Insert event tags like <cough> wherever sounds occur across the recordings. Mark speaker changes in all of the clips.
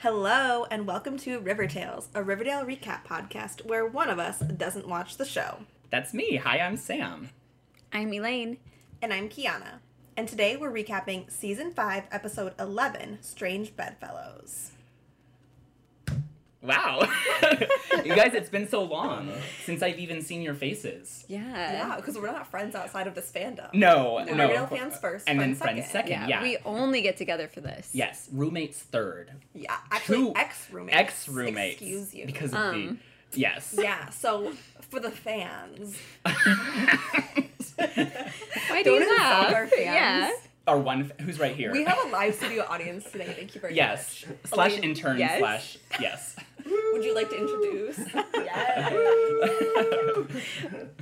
Speaker 1: Hello, and welcome to River Tales, a Riverdale recap podcast where one of us doesn't watch the show.
Speaker 2: That's me. Hi, I'm Sam.
Speaker 3: I'm Elaine.
Speaker 1: And I'm Kiana. And today we're recapping Season 5, Episode 11 Strange Bedfellows. <laughs>
Speaker 2: Wow. you guys, it's been so long since I've even seen your faces.
Speaker 1: Yeah,
Speaker 3: Yeah.
Speaker 1: because we're not friends outside of this fandom.
Speaker 2: No,
Speaker 1: We're
Speaker 2: no.
Speaker 1: Riverdale fans first,
Speaker 2: and then
Speaker 1: friends
Speaker 2: friends
Speaker 1: second.
Speaker 2: second. Yeah.
Speaker 3: We only get together for this.
Speaker 2: yes, roommates third.
Speaker 1: Yeah, actually,
Speaker 2: Two
Speaker 1: ex roommates.
Speaker 2: Ex roommates.
Speaker 1: Excuse you.
Speaker 2: Because of
Speaker 3: Um.
Speaker 2: the. Yes.
Speaker 1: yeah, so for the fans,
Speaker 3: Why do
Speaker 1: Don't
Speaker 3: you
Speaker 1: insult
Speaker 3: laugh?
Speaker 1: our fans.
Speaker 3: Yeah.
Speaker 2: <laughs> Our one. f- Who's right here?
Speaker 1: we have a live studio audience today. Thank you very <laughs>
Speaker 2: yes.
Speaker 1: much.
Speaker 2: Slash
Speaker 1: Elaine,
Speaker 2: intern
Speaker 3: yes?
Speaker 2: slash.
Speaker 1: <laughs>
Speaker 2: Yes.
Speaker 1: Would you like to
Speaker 2: <laughs>
Speaker 1: introduce? yes.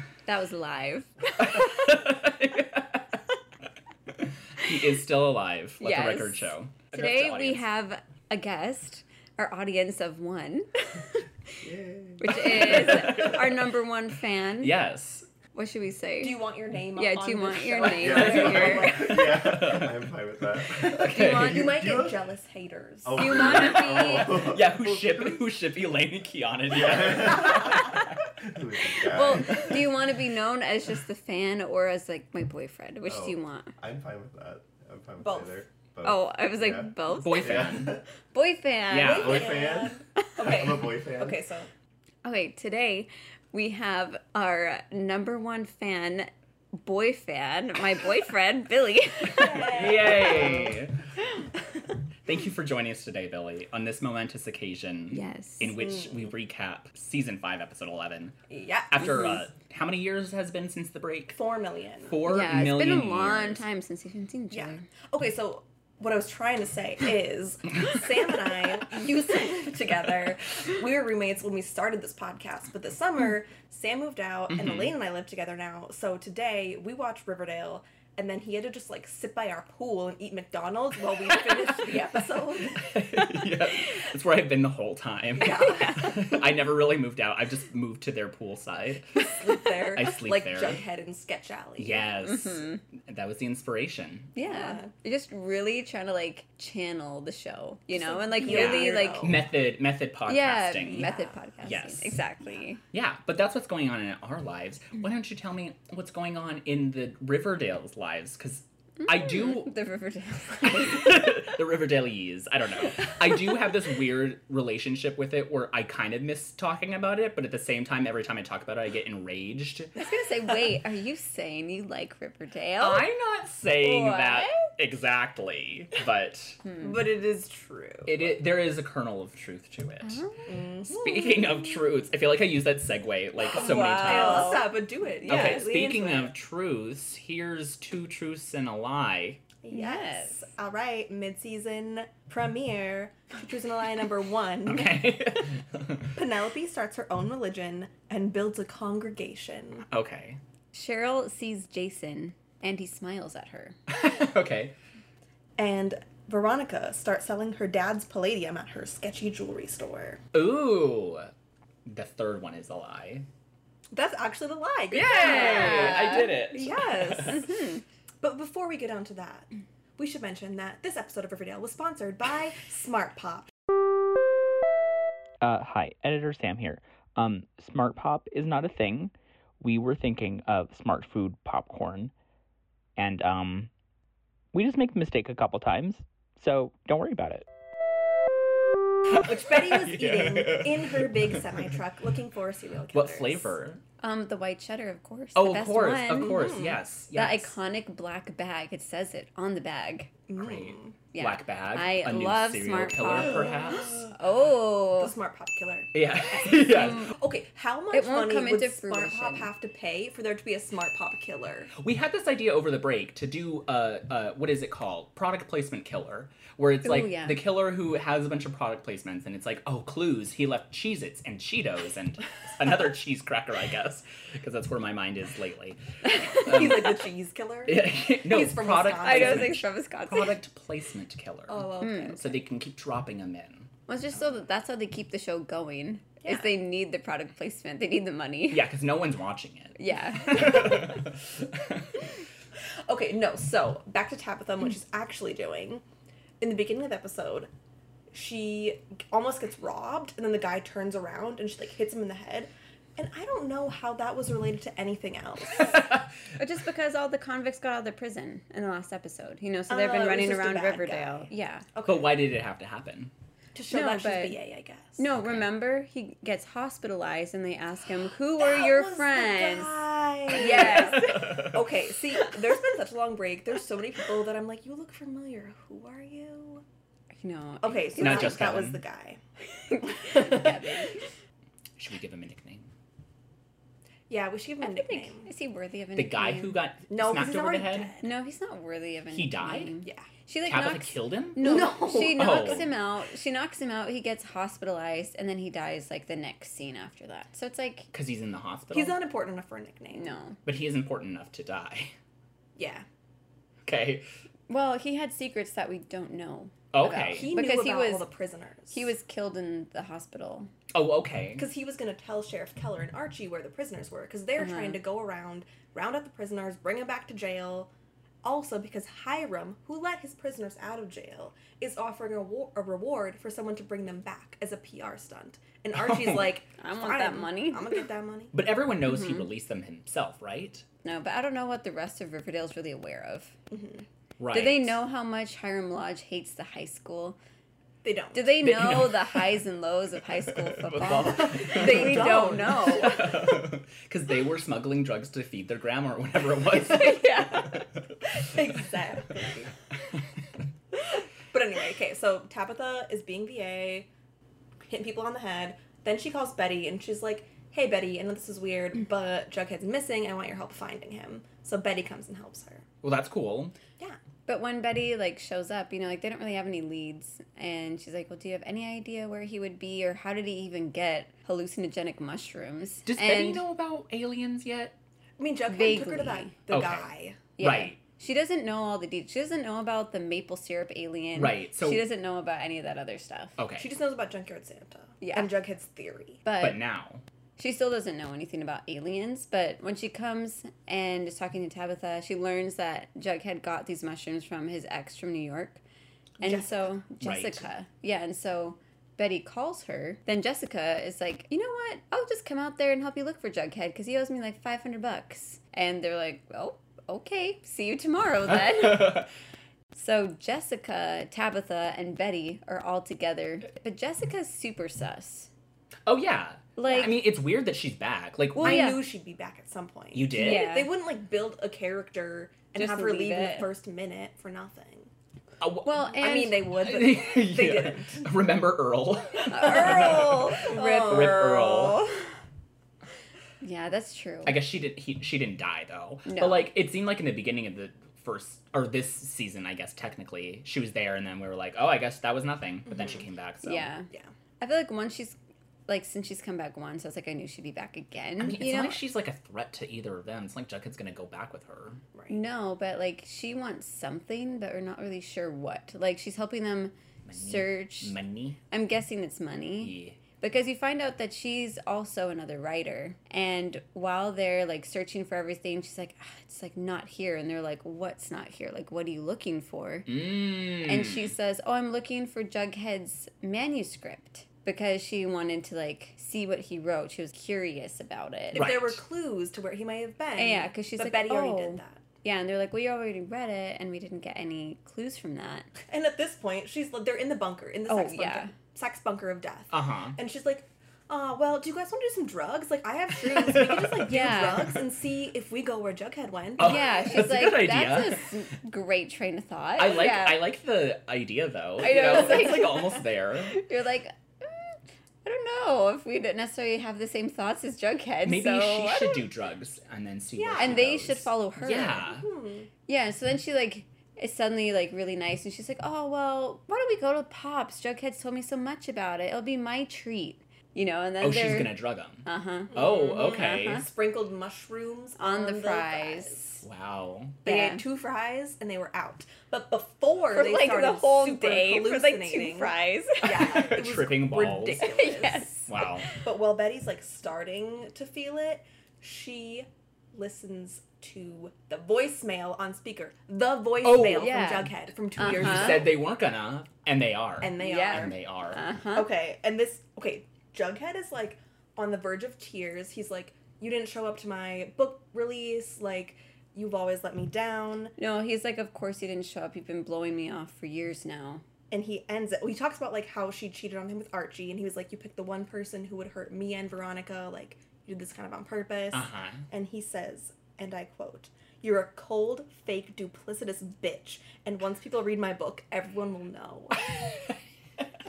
Speaker 1: <laughs>
Speaker 3: That
Speaker 2: <laughs>
Speaker 3: was live.
Speaker 2: he is still alive. Let
Speaker 3: Yes.
Speaker 2: the record show. Address the
Speaker 3: <laughs> Today we
Speaker 2: audience.
Speaker 3: have a guest, our audience
Speaker 2: <laughs>
Speaker 3: of one, which is our number one fan.
Speaker 2: Yes.
Speaker 3: What should we say?
Speaker 1: Do you want your name?
Speaker 3: Yeah,
Speaker 1: on
Speaker 3: do you
Speaker 1: this
Speaker 3: want your
Speaker 1: show?
Speaker 3: name
Speaker 4: Yeah,
Speaker 3: on here?
Speaker 4: yeah, I'm fine with that.
Speaker 3: Do you
Speaker 2: Okay.
Speaker 3: want-
Speaker 1: You might
Speaker 4: Do you
Speaker 1: get
Speaker 4: want-
Speaker 1: jealous haters.
Speaker 4: <laughs> Oh.
Speaker 3: you wanna be-
Speaker 4: Oh.
Speaker 2: <laughs> Yeah, who ship who ship Elaine and Kiana together?
Speaker 3: <laughs>
Speaker 4: Who is this guy?
Speaker 3: well, do you want to be known as just the fan or as like my boyfriend? Which
Speaker 4: Oh.
Speaker 3: do you want?
Speaker 4: I'm fine with that. I'm fine with
Speaker 1: Both.
Speaker 4: either. Both.
Speaker 3: Oh, I was like
Speaker 4: Yeah.
Speaker 3: both.
Speaker 2: Boy
Speaker 4: Yeah.
Speaker 2: fan.
Speaker 3: <laughs> boy
Speaker 4: <laughs>
Speaker 3: fan.
Speaker 2: Yeah.
Speaker 4: Boy fan.
Speaker 1: Okay.
Speaker 4: I'm a boy fan.
Speaker 1: Okay,
Speaker 3: <laughs>
Speaker 1: so
Speaker 3: Okay, today we have our number one fan, boy fan, my
Speaker 2: <laughs>
Speaker 3: boyfriend, Billy. <laughs>
Speaker 2: Yay! Thank you for joining us today, Billy, on this momentous occasion.
Speaker 3: Yes.
Speaker 2: In which we recap season five, episode eleven.
Speaker 1: yeah,
Speaker 2: After uh, how many years has been since the break?
Speaker 1: four million.
Speaker 2: Four
Speaker 3: Mm-hmm. yeah, it's been
Speaker 2: million
Speaker 3: a long
Speaker 2: years.
Speaker 3: time since we've seen each
Speaker 1: Yeah. <laughs>
Speaker 3: other.
Speaker 1: Okay, so what I was trying to say is Sam and I used to live together. We were roommates when we started this podcast, but this summer Sam moved out
Speaker 4: Mm-hmm.
Speaker 1: and Elaine and I live together now. So today we watched Riverdale. And then he had to just like sit by our pool and eat McDonald's while we finished
Speaker 4: <laughs>
Speaker 1: the episode.
Speaker 2: <laughs> yeah, that's where I've been the whole time. <laughs> I never really moved out. I've just moved to their pool side.
Speaker 3: Mm-hmm.
Speaker 1: Sleep there,
Speaker 3: <laughs>
Speaker 2: I sleep
Speaker 1: like
Speaker 2: there.
Speaker 1: Jughead and Sketch Alley.
Speaker 2: Yes, that was the inspiration.
Speaker 3: Mm-hmm. Yeah.
Speaker 1: Yeah.
Speaker 3: You're just really trying to like channel the show, you
Speaker 1: Just,
Speaker 3: know,
Speaker 1: like,
Speaker 3: and like
Speaker 1: be a
Speaker 3: really like
Speaker 1: weirdo.
Speaker 2: Method, method podcasting.
Speaker 3: yeah, method
Speaker 1: Yeah.
Speaker 3: podcasting.
Speaker 2: Yes.
Speaker 3: Exactly.
Speaker 2: Yeah, but that's what's going on in our lives. Why don't you tell me what's going on in the Riverdale's lives? Because I do.
Speaker 1: <laughs>
Speaker 3: The Riverdale.
Speaker 2: <laughs> the Riverdaleese, I don't know. I do have this weird relationship with it where I kind of miss talking about it, but at the same time, every time I talk about it, I get enraged.
Speaker 3: I was gonna say, wait, are you saying you like Riverdale?
Speaker 2: I'm not saying that
Speaker 3: Oh. What? Hmm.
Speaker 2: exactly, but
Speaker 1: But it is true.
Speaker 2: it, i there is a kernel of truth to it.
Speaker 3: Oh.
Speaker 2: Speaking of truths, I feel like I use that segue like so many
Speaker 3: Wow.
Speaker 2: times.
Speaker 1: I'll stop and do it. Yeah,
Speaker 2: Okay,
Speaker 1: lean
Speaker 2: speaking
Speaker 1: into
Speaker 2: of
Speaker 1: it.
Speaker 2: truths, here's two truths and a lie.
Speaker 1: Yes.
Speaker 3: Yes.
Speaker 1: All right, mid-season premiere, Truth and a Lie number one.
Speaker 2: <laughs> Okay.
Speaker 1: Penelope starts her own religion and builds a congregation.
Speaker 2: okay. <laughs>
Speaker 3: Cheryl sees Jason and he smiles at her.
Speaker 2: okay.
Speaker 1: And Veronica starts selling her dad's palladium at her sketchy jewelry store.
Speaker 2: Ooh. The third one is a lie.
Speaker 1: That's actually the lie. Good
Speaker 3: Yeah.
Speaker 2: I did it.
Speaker 1: job.
Speaker 3: <laughs>
Speaker 1: Yes.
Speaker 3: Mm-hmm.
Speaker 1: but before we get on to that, we should mention that this episode of Riverdale was sponsored by Smart Pop.
Speaker 2: Uh, hi, editor Sam here. Um, smart pop is not a thing. We were thinking of smart food popcorn, and um, we just make the mistake a couple times, so don't worry about it.
Speaker 1: Which Betty was
Speaker 2: Yeah.
Speaker 1: eating in her big semi truck looking for serial killers.
Speaker 2: What flavor?
Speaker 3: Um, the white cheddar, of course.
Speaker 2: Oh,
Speaker 3: the
Speaker 2: of
Speaker 3: best
Speaker 2: course,
Speaker 3: one.
Speaker 2: of course, yes,
Speaker 3: That
Speaker 2: yes.
Speaker 3: iconic black bag. It says it on the bag.
Speaker 1: Mm.
Speaker 2: Great.
Speaker 3: Yeah.
Speaker 2: Black bag.
Speaker 3: I
Speaker 2: a new
Speaker 3: love
Speaker 2: serial
Speaker 3: Smart
Speaker 2: killer,
Speaker 3: Pop.
Speaker 2: perhaps.
Speaker 3: <gasps>
Speaker 1: The
Speaker 3: Oh,
Speaker 1: Smart Pop killer.
Speaker 2: Yeah. <laughs> yes.
Speaker 1: Okay, how much
Speaker 3: It won't
Speaker 1: money
Speaker 3: come
Speaker 1: would
Speaker 3: into
Speaker 1: Smart Pop
Speaker 3: fruition.
Speaker 1: have to pay for there to be a Smart Pop killer?
Speaker 2: <laughs>
Speaker 1: <laughs>
Speaker 2: We had this idea over the break to do uh, uh what is it called? Product placement killer, where it's like
Speaker 3: yeah.
Speaker 2: the killer who has a bunch of product placements and it's like, oh, clues, he left Cheez-Its and Cheetos
Speaker 3: <laughs>
Speaker 2: and another cheese cracker, I guess, because that's where my mind is
Speaker 3: <laughs>
Speaker 2: lately. Um,
Speaker 1: He's like the cheese killer.
Speaker 2: <laughs> Yeah, <laughs> no,
Speaker 1: He's from
Speaker 2: product
Speaker 1: Wisconsin.
Speaker 3: I know
Speaker 2: placement-
Speaker 3: things from Wisconsin.
Speaker 2: product placement killer.
Speaker 1: Oh,
Speaker 3: Hmm.
Speaker 1: okay.
Speaker 2: So they can keep dropping them in.
Speaker 3: Well, it's just so that that's how they keep the show going.
Speaker 1: Yeah.
Speaker 3: Is they need the product placement. They need the money.
Speaker 2: Yeah, because no one's watching it.
Speaker 3: <laughs> Yeah.
Speaker 1: <laughs>
Speaker 3: <laughs>
Speaker 2: <laughs>
Speaker 3: Hmm.
Speaker 1: Okay, no, so back to Tabitha and what she's actually doing. In the beginning of the episode, she almost gets robbed, and then the guy turns around and she like hits him in the head. And I don't know how that was related to anything
Speaker 3: <laughs>
Speaker 1: else.
Speaker 3: Or just because all the convicts got out of the prison in the last episode, you know, so they've
Speaker 1: Oh, it
Speaker 3: been
Speaker 1: was
Speaker 3: running
Speaker 1: just a
Speaker 3: around
Speaker 1: bad
Speaker 3: Riverdale.
Speaker 1: guy.
Speaker 3: Yeah.
Speaker 1: Okay,
Speaker 2: <laughs> But why did it have to happen?
Speaker 1: to show
Speaker 3: No,
Speaker 1: that she's
Speaker 3: but-
Speaker 1: BA, I guess.
Speaker 3: No, remember he gets hospitalized and they ask him,
Speaker 1: <gasps>
Speaker 3: "Who were
Speaker 1: That
Speaker 3: your
Speaker 1: was the
Speaker 3: friends?"
Speaker 1: guy. <laughs>
Speaker 2: <laughs>
Speaker 3: Yes.
Speaker 1: okay, see, there's been such a long break. There's so many people that I'm like, you look familiar. Who are you?
Speaker 3: No.
Speaker 1: Okay, so
Speaker 2: Not
Speaker 1: that,
Speaker 2: just
Speaker 1: that was
Speaker 2: Kevin.
Speaker 1: the guy.
Speaker 3: <laughs> yeah, baby.
Speaker 2: Should we give him a nickname?
Speaker 1: Yeah, we should give him a <laughs> nickname.
Speaker 3: Is he worthy of a
Speaker 2: The guy who
Speaker 3: nickname?
Speaker 2: got
Speaker 1: No, because
Speaker 2: knocked
Speaker 1: he's
Speaker 2: over the
Speaker 1: already
Speaker 2: head?
Speaker 1: dead.
Speaker 3: No, he's not worthy of a
Speaker 2: He died?
Speaker 3: nickname.
Speaker 1: Yeah.
Speaker 3: She like
Speaker 2: Tabitha
Speaker 3: knocks
Speaker 2: killed him?
Speaker 3: No,
Speaker 1: No.
Speaker 3: she
Speaker 2: Oh.
Speaker 3: knocks him out. She knocks him out. He gets hospitalized, and then he dies like the next scene after that. So it's like,
Speaker 2: Because he's in the hospital.
Speaker 1: He's not important enough for a nickname.
Speaker 3: no.
Speaker 2: But he is important enough to die. <laughs>
Speaker 1: Yeah.
Speaker 2: Okay.
Speaker 3: Well, he had secrets that we don't know.
Speaker 2: Okay.
Speaker 1: He knew
Speaker 3: Because
Speaker 1: about
Speaker 3: he
Speaker 1: all
Speaker 3: was-
Speaker 1: the prisoners.
Speaker 3: He was killed in the hospital.
Speaker 2: oh, okay.
Speaker 1: because he was going to tell Sheriff Keller and Archie where the prisoners were because they're
Speaker 3: Uh-huh.
Speaker 1: trying to go around, round up the prisoners, bring them back to jail. Also, because Hiram, who let his prisoners out of jail, is offering a, wa- a reward for someone to bring them back as a PR stunt,
Speaker 3: <laughs>
Speaker 1: and Archie's
Speaker 2: Oh.
Speaker 1: like,
Speaker 3: I want that
Speaker 1: "Fine,
Speaker 3: money."
Speaker 1: I'm gonna get that money."
Speaker 2: But everyone knows he released them himself, right?
Speaker 3: No, but I don't know what the rest of Riverdale's really aware of.
Speaker 2: Right.
Speaker 3: Do they know how much Hiram Lodge hates the high school?
Speaker 1: They don't.
Speaker 3: Do they
Speaker 2: They-
Speaker 3: know the highs and lows of high <laughs> school football?
Speaker 2: Football.
Speaker 3: they we
Speaker 1: Don't.
Speaker 2: <laughs>
Speaker 3: don't know.
Speaker 2: Because they were smuggling drugs to feed their grandma or whatever it was.
Speaker 3: yeah.
Speaker 1: exactly. <laughs> But anyway, okay, so Tabitha is being VA, hitting people on the head. Then she calls Betty and she's like, Hey, Betty, I know this is
Speaker 3: Mm.
Speaker 1: weird, but Jughead's missing. I want your help finding him. So Betty comes and helps her.
Speaker 2: <laughs> well, that's cool.
Speaker 1: Yeah.
Speaker 3: But when Betty like shows up, you know, like they don't really have any leads, and she's like, "Well, do you have any idea where he would be, or how did he even get hallucinogenic mushrooms?"
Speaker 2: Does
Speaker 3: and,
Speaker 2: Betty know about aliens yet?
Speaker 1: I mean, Jughead took her to that
Speaker 3: Vaguely.
Speaker 1: the
Speaker 2: Okay.
Speaker 1: guy.
Speaker 3: Yeah.
Speaker 2: Right.
Speaker 3: She doesn't know all the details. She doesn't know about the maple syrup alien.
Speaker 2: Right, so- Oh,
Speaker 3: she doesn't know about any of that other stuff.
Speaker 2: Okay.
Speaker 1: She just knows about Junkyard Santa
Speaker 3: Yeah.
Speaker 1: and Jughead's theory.
Speaker 3: But,
Speaker 2: but now.
Speaker 3: she still doesn't know anything about aliens. But when she comes and is talking to Tabitha, she learns that Jughead got these mushrooms from his ex from New York. And so
Speaker 2: Right.
Speaker 3: Jessica. Yeah, and so Betty calls her. Then Jessica is like, you know what? I'll just come out there and help you look for Jughead because he owes me like 500 bucks. And they're like, oh, okay. See you
Speaker 2: <laughs>
Speaker 3: tomorrow then. So Jessica, Tabitha, and Betty are all together, but Jessica's super sus.
Speaker 2: oh, yeah.
Speaker 3: Like-
Speaker 2: I mean, it's weird that she's back. Like,
Speaker 3: Well,
Speaker 1: I
Speaker 2: I-
Speaker 3: yeah.
Speaker 1: knew she'd be back at some point.
Speaker 2: you did?
Speaker 3: Yeah.
Speaker 1: They wouldn't like build a character and
Speaker 3: Just
Speaker 1: have her
Speaker 3: leave
Speaker 1: leave in
Speaker 3: it.
Speaker 1: the first minute for nothing.
Speaker 2: Uh,
Speaker 3: <laughs>
Speaker 2: wh-
Speaker 3: Well, and
Speaker 1: I mean, they would,
Speaker 3: <laughs>
Speaker 1: but
Speaker 2: <laughs> Yeah.
Speaker 1: didn't.
Speaker 2: Remember Earl?
Speaker 1: Earl!
Speaker 3: Rip
Speaker 1: Oh.
Speaker 2: Rip Earl.
Speaker 3: Yeah, that's true.
Speaker 2: <laughs> I guess she didn't. He, she didn't die though.
Speaker 3: No.
Speaker 2: But like, it seemed like in the beginning of the first or this season, I guess technically she was there, and then we were like, oh, I guess that was nothing. But then she came back. So
Speaker 3: Mm-hmm. Yeah,
Speaker 1: Yeah.
Speaker 3: I feel like once she's like since she's come back once, I was like I knew she'd be back again.
Speaker 2: I mean, it's
Speaker 3: you know?
Speaker 2: not like she's like a threat to either of them. It's like Jughead's gonna go back with her.
Speaker 1: Right.
Speaker 3: no, but like she wants something, but we're not really sure what. Like she's helping them search.
Speaker 2: Money.
Speaker 3: I'm guessing it's money.
Speaker 2: Yeah.
Speaker 3: because you find out that she's also another writer and while they're like searching for everything she's like "Ah, it's like not here and they're like what's not here like what are you looking for
Speaker 2: Mm.
Speaker 3: and she says oh i'm looking for jughead's manuscript because she wanted to like see what he wrote she was curious about it
Speaker 1: If there were
Speaker 2: Right.
Speaker 1: clues to where he might have been.
Speaker 3: Yeah, 'cause she's
Speaker 1: but
Speaker 3: like,
Speaker 1: Betty already
Speaker 3: "Oh."
Speaker 1: did that.
Speaker 3: yeah and they're like well you already read it and we didn't get any clues from that
Speaker 1: And at this point, she's they're in the bunker, in the
Speaker 3: Oh,
Speaker 1: sex bunker,
Speaker 3: yeah.
Speaker 1: sex bunker of death.
Speaker 2: Uh huh.
Speaker 1: and she's like, "Uh, well, do you guys want to do some drugs? Like, I have shrooms. We can just like
Speaker 3: <laughs> Yeah.
Speaker 1: do drugs and see if we go where Jughead went."
Speaker 2: Oh. <laughs>
Speaker 3: yeah she's
Speaker 2: That's a
Speaker 3: like
Speaker 2: good idea.
Speaker 3: that's a s- great train of thought
Speaker 2: I like
Speaker 3: yeah.
Speaker 2: I like the idea though.
Speaker 3: I
Speaker 2: you
Speaker 3: know,
Speaker 2: know,
Speaker 3: it's like-
Speaker 2: it's like almost
Speaker 3: <laughs>
Speaker 2: there.
Speaker 3: You're like, "Mm, I don't know if we don't necessarily have the same thoughts as Jughead.
Speaker 2: Maybe
Speaker 3: so
Speaker 2: she
Speaker 3: I
Speaker 2: should
Speaker 3: don't-
Speaker 2: do drugs and then see.
Speaker 1: Yeah.
Speaker 2: where she
Speaker 3: And they
Speaker 2: goes.
Speaker 3: should follow her.
Speaker 2: Yeah.
Speaker 1: Hmm.
Speaker 3: Yeah. So then she like is suddenly like really nice, and she's like, "Oh well, why don't we go to Pops? Jughead's told me so much about it. It'll be my treat, you know." And then
Speaker 2: Oh,
Speaker 3: they're,
Speaker 2: she's gonna drug him.
Speaker 3: uh huh
Speaker 2: Oh,
Speaker 1: Mhm.
Speaker 2: okay.
Speaker 3: Uh-huh.
Speaker 1: Sprinkled mushrooms
Speaker 3: on the fries.
Speaker 2: Wow.
Speaker 1: They
Speaker 3: Yeah.
Speaker 1: ate two fries and they were out. But before
Speaker 3: For
Speaker 1: they
Speaker 3: like
Speaker 1: started
Speaker 3: the whole
Speaker 1: super
Speaker 3: day for like two
Speaker 1: hallucinating- <laughs>
Speaker 3: fries.
Speaker 1: Yeah,
Speaker 2: <laughs>
Speaker 1: it was
Speaker 2: Tripping balls.
Speaker 1: ridiculous.
Speaker 3: <laughs> Yes.
Speaker 2: Wow.
Speaker 1: But while Betty's like starting to feel it, she listens to the voicemail on speaker. The voicemail
Speaker 3: Oh, yeah.
Speaker 1: from Jughead from 2 years
Speaker 3: Uh-huh.
Speaker 1: ago.
Speaker 2: Said they weren't gonna, and they are.
Speaker 1: and they
Speaker 3: Yeah.
Speaker 1: are.
Speaker 2: And they are.
Speaker 3: Uh huh.
Speaker 1: Okay, and this okay, Jughead is like on the verge of tears. He's like, "You didn't show up to my book release. Like, you've always let me down."
Speaker 3: No, he's like, of course you didn't show up. You've been blowing me off for years now.
Speaker 1: And he ends it. He talks about like how she cheated on him with Archie, and he was like, "You picked the one person who would hurt me and Veronica. Like, you did this kind of on purpose."
Speaker 2: Uh huh.
Speaker 1: And he says, and I quote, "You're a cold, fake, duplicitous bitch. And once people read my book, everyone will know."
Speaker 2: <laughs>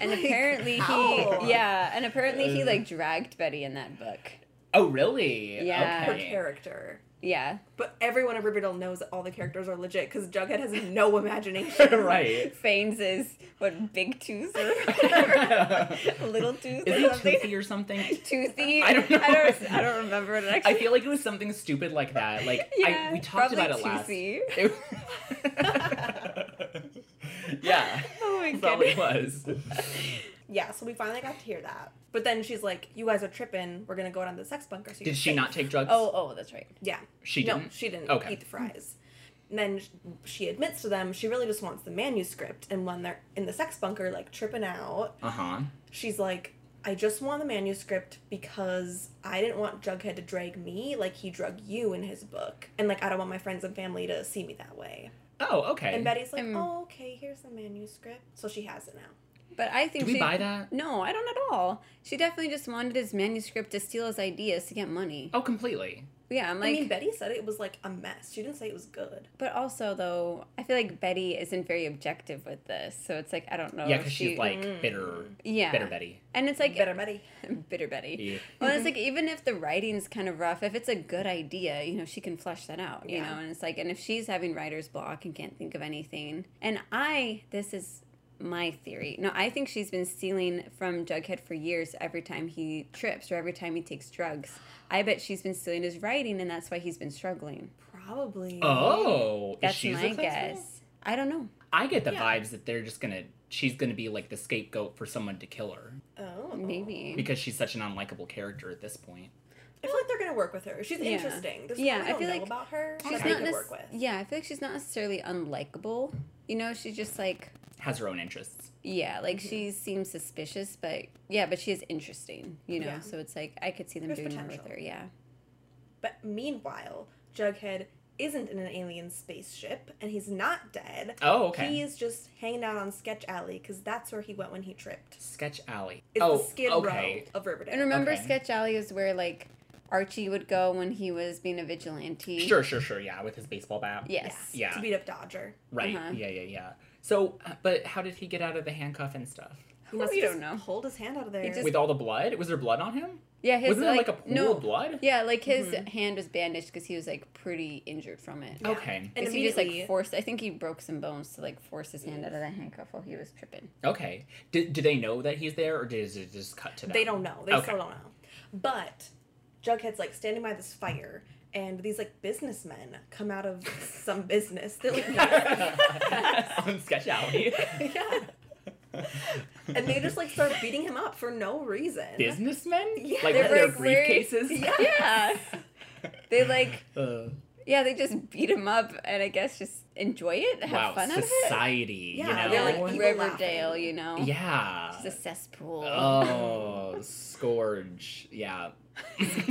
Speaker 3: And
Speaker 1: Like,
Speaker 3: apparently
Speaker 1: how?
Speaker 3: he, yeah, and apparently he
Speaker 2: Uh.
Speaker 3: like dragged Betty in that book.
Speaker 2: Oh really?
Speaker 3: Yeah.
Speaker 1: Her
Speaker 2: Okay.
Speaker 1: character.
Speaker 3: Yeah,
Speaker 1: But everyone in Riverdale knows that all the characters are legit because Jughead has
Speaker 2: <laughs>
Speaker 1: no imagination.
Speaker 2: right.
Speaker 3: Fanes is what big
Speaker 1: <laughs>
Speaker 3: tooth or whatever, <laughs> little tooth
Speaker 2: Is
Speaker 3: or
Speaker 2: it
Speaker 3: something.
Speaker 2: toothy or something?
Speaker 3: Toothy.
Speaker 2: I don't know.
Speaker 3: I don't, I don't remember it actually.
Speaker 2: I feel like it was something stupid like that. Like I, we talked
Speaker 3: probably
Speaker 2: about it last.
Speaker 3: toothy.
Speaker 2: It- <laughs> yeah,
Speaker 3: <laughs> Oh my
Speaker 2: that's all it
Speaker 3: goodness.
Speaker 2: was.
Speaker 1: yeah, so we finally got to hear that. But then she's like, "You guys are tripping. We're gonna go down to the sex bunker." So you're
Speaker 2: Did she
Speaker 1: safe."
Speaker 2: not take drugs?
Speaker 3: Oh, oh, that's right.
Speaker 1: Yeah,
Speaker 2: she
Speaker 1: no,
Speaker 2: didn't.
Speaker 1: she didn't
Speaker 2: Okay.
Speaker 1: eat the fries. And then sh- she admits to them she really just wants the manuscript. And when they're in the sex bunker, like tripping out,
Speaker 2: Uh huh.
Speaker 1: she's like, "I just want the manuscript because I didn't want Jughead to drag me like he drug you in his book, and like I don't want my friends and family to see me that way."
Speaker 2: Oh, okay.
Speaker 1: And Betty's like,
Speaker 3: Um,
Speaker 1: "Oh, okay, here's the manuscript." So she has it now.
Speaker 3: But I think
Speaker 2: Did we
Speaker 3: she,
Speaker 2: buy that?
Speaker 3: No, I don't at all. She definitely just wanted his manuscript to steal his ideas to get money.
Speaker 2: Oh, completely.
Speaker 3: Yeah, I'm like,
Speaker 1: I mean, Betty said it was like a mess. She didn't say it was good.
Speaker 3: but also though, I feel like Betty isn't very objective with this, so it's like I don't know.
Speaker 2: yeah,
Speaker 3: if
Speaker 2: because
Speaker 3: Oh, she,
Speaker 2: she's like
Speaker 1: Mm.
Speaker 2: bitter,
Speaker 3: yeah,
Speaker 2: bitter Betty.
Speaker 3: and it's like
Speaker 1: Better Betty.
Speaker 3: bitter Betty.
Speaker 2: Yeah.
Speaker 3: Well, it's like even if the writing's kind of rough, if it's a good idea, you know, she can flush that out, you
Speaker 1: Yeah.
Speaker 3: know. And it's like, and if she's having writer's block and can't think of anything, and I, this is my theory. No, I think she's been stealing from Jughead for years. Every time he trips or every time he takes drugs, I bet she's been stealing his writing, and that's why he's been struggling.
Speaker 1: Probably.
Speaker 2: Oh, is
Speaker 3: That's
Speaker 2: she
Speaker 3: my
Speaker 2: successful?
Speaker 3: guess. I don't know.
Speaker 2: I get the
Speaker 1: Yeah.
Speaker 2: vibes that they're just gonna. She's gonna be like the scapegoat for someone to kill her
Speaker 1: Oh.
Speaker 3: Maybe.
Speaker 2: because she's such an unlikable character at this point.
Speaker 1: I feel like they're gonna work with her. She's
Speaker 3: Yeah.
Speaker 1: interesting. There's
Speaker 3: Yeah,
Speaker 1: yeah,
Speaker 3: I
Speaker 1: I
Speaker 3: feel
Speaker 1: know
Speaker 3: like
Speaker 1: about her.
Speaker 3: She's
Speaker 1: that
Speaker 2: they
Speaker 3: not
Speaker 1: they could
Speaker 3: nec-
Speaker 1: work with.
Speaker 3: yeah, I feel like she's not necessarily unlikable. You know, she's just like
Speaker 2: Has her own interests.
Speaker 3: Yeah, like
Speaker 1: Mhm.
Speaker 3: she seems suspicious, but yeah, but she is interesting, you know.
Speaker 1: Yeah.
Speaker 3: So it's like I could see them
Speaker 1: There's
Speaker 3: doing more with
Speaker 1: potential.
Speaker 3: her. Yeah,
Speaker 1: But meanwhile, Jughead isn't in an alien spaceship, and he's not dead.
Speaker 2: Oh, okay.
Speaker 1: He is just hanging out on Sketch Alley because that's where he went when he tripped.
Speaker 2: Sketch Alley.
Speaker 1: It's
Speaker 2: oh,
Speaker 1: the Skid
Speaker 2: okay.
Speaker 1: Row of Riverdale.
Speaker 3: and remember
Speaker 2: Okay.
Speaker 3: Sketch Alley is where like Archie would go when he was being a vigilante.
Speaker 2: Sure, sure, sure. Yeah, with his baseball bat.
Speaker 3: Yes.
Speaker 2: Yeah.
Speaker 1: To beat up Dodger.
Speaker 2: Right.
Speaker 3: Uh-huh.
Speaker 2: Yeah, yeah, yeah. So, uh, but how did he get out of the handcuff and stuff?
Speaker 1: He
Speaker 3: We
Speaker 1: must have
Speaker 3: don't
Speaker 1: just
Speaker 3: know.
Speaker 1: Hold his hand out of there.
Speaker 3: just-
Speaker 2: With all the blood? Was there blood on him?
Speaker 3: Yeah. His
Speaker 2: Wasn't
Speaker 3: like,
Speaker 2: there like a pool
Speaker 3: no.
Speaker 2: of blood?
Speaker 3: Yeah, like his
Speaker 1: Mhm.
Speaker 3: hand was bandaged because he was like pretty injured from it.
Speaker 1: Yeah.
Speaker 2: Okay.
Speaker 1: and
Speaker 3: Because he just like
Speaker 1: immediately-
Speaker 3: forced. I think he broke some bones to like force his hand out of the handcuff while he was tripping.
Speaker 2: Okay. Did, do they know that he's there, or did it just cut to that?
Speaker 1: They
Speaker 2: <laughs>
Speaker 1: don't know. They
Speaker 2: Okay.
Speaker 1: still don't know. But Jughead's like standing by this fire, and these like businessmen come out of some business. They're like,
Speaker 2: on Sketch
Speaker 3: <laughs>
Speaker 2: Alley.
Speaker 1: <laughs> yeah, and they just like start beating him up for no reason.
Speaker 2: <laughs> Businessmen?
Speaker 1: Yeah,
Speaker 2: like
Speaker 1: they're
Speaker 2: with their
Speaker 3: like wearing-
Speaker 2: briefcases? <laughs>
Speaker 3: Yeah. they like
Speaker 2: Uh,
Speaker 3: yeah they just beat him up and I guess just enjoy it, have
Speaker 2: wow,
Speaker 3: fun out of it.
Speaker 2: society,
Speaker 1: Yeah,
Speaker 2: you know?
Speaker 1: they're
Speaker 3: They're
Speaker 1: like
Speaker 3: like
Speaker 1: people
Speaker 3: Riverdale,
Speaker 1: laughing.
Speaker 3: you know?
Speaker 2: yeah.
Speaker 3: It's a cesspool.
Speaker 2: <laughs> Oh,
Speaker 3: <laughs>
Speaker 2: scourge. Yeah. <laughs>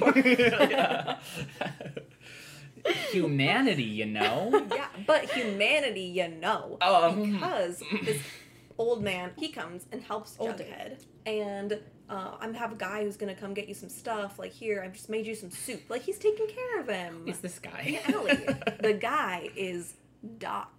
Speaker 2: Humanity,
Speaker 1: <laughs>
Speaker 2: you know?
Speaker 1: Yeah, but humanity, you know,
Speaker 2: Um. <laughs>
Speaker 1: because this old man he comes and helps
Speaker 3: Older.
Speaker 1: Jughead, and uh, I'm have a guy who's gonna come get you some stuff. Like here, I've just made you some soup. Like he's taking care of him.
Speaker 2: It's this guy. <laughs>
Speaker 1: Allie. the guy is Doc.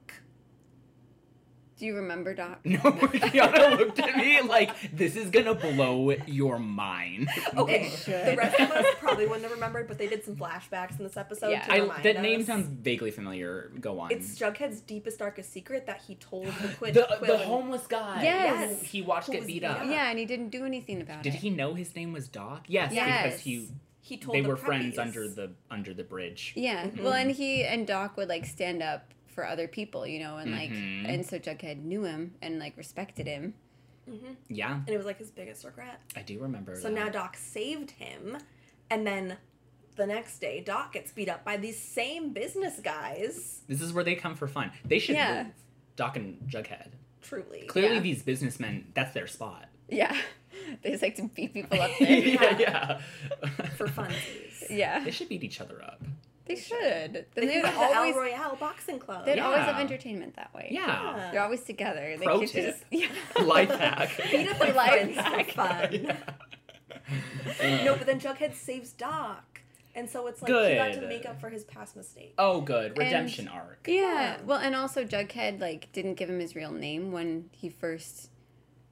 Speaker 3: Do you remember Doc?
Speaker 2: no, <laughs> Kiana looked at me like, this is gonna blow your mind.
Speaker 1: Okay,
Speaker 2: <laughs>
Speaker 3: It should.
Speaker 1: the rest of us probably wouldn't have remembered, but they did some flashbacks in this episode.
Speaker 3: Yeah.
Speaker 1: to
Speaker 2: I,
Speaker 1: remind
Speaker 2: that name
Speaker 1: us.
Speaker 2: sounds vaguely familiar. Go on.
Speaker 1: It's Jughead's deepest, darkest secret that he told the
Speaker 2: <gasps>
Speaker 1: Quid.
Speaker 2: the, the
Speaker 1: Quill and-
Speaker 2: homeless guy.
Speaker 3: Yes.
Speaker 2: who He watched
Speaker 1: Who
Speaker 2: get
Speaker 1: was
Speaker 2: beat
Speaker 1: beat
Speaker 2: up.
Speaker 1: up.
Speaker 3: Yeah, and he didn't do anything about
Speaker 2: Did
Speaker 3: it.
Speaker 2: he know his name was Doc? Yes,
Speaker 3: Yes.
Speaker 2: because he
Speaker 1: He told
Speaker 2: they
Speaker 1: the
Speaker 2: were friends
Speaker 1: preppies.
Speaker 2: under the under the bridge.
Speaker 3: Yeah.
Speaker 1: Mhm.
Speaker 3: Well, and he and Doc would like stand up for other people, you know, and like,
Speaker 2: Mhm.
Speaker 3: and so Jughead knew him and like respected him.
Speaker 1: Mhm.
Speaker 2: Yeah,
Speaker 1: and it was like his biggest regret.
Speaker 2: I do remember.
Speaker 1: So
Speaker 2: that.
Speaker 1: now Doc saved him, and then the next day, Doc gets beat up by these same business guys.
Speaker 2: This is where they come for fun. They should
Speaker 3: Yeah.
Speaker 2: move. Doc and Jughead.
Speaker 1: Truly.
Speaker 2: Clearly,
Speaker 3: Yeah.
Speaker 2: these businessmen, that's their spot.
Speaker 3: <laughs> Yeah. They just like to beat people
Speaker 2: <laughs>
Speaker 3: up there.
Speaker 2: yeah, yeah.
Speaker 1: For
Speaker 2: <laughs>
Speaker 1: funsies.
Speaker 3: yeah.
Speaker 2: They should beat each other up.
Speaker 3: They should. Then
Speaker 1: They
Speaker 3: they
Speaker 1: do
Speaker 3: would
Speaker 1: the
Speaker 3: always
Speaker 1: El Royale Boxing Club.
Speaker 3: they'd always have
Speaker 2: Yeah.
Speaker 3: entertainment that way.
Speaker 2: Yeah.
Speaker 3: They're always together. They
Speaker 2: Pro
Speaker 3: could
Speaker 2: tip.
Speaker 3: just <laughs> yeah.
Speaker 2: Life
Speaker 3: <laughs>
Speaker 2: hack.
Speaker 1: Beat up their
Speaker 3: Life
Speaker 1: friends for
Speaker 2: hack.
Speaker 1: fun.
Speaker 3: <laughs>
Speaker 2: Yeah. Uh,
Speaker 1: No, but then Jughead saves Doc. And so it's like he got to
Speaker 2: Good.
Speaker 1: make up for his past mistake.
Speaker 2: Oh, good. Redemption arc.
Speaker 3: Yeah.
Speaker 1: Yeah.
Speaker 3: Well, and also Jughead like didn't give him his real name when he first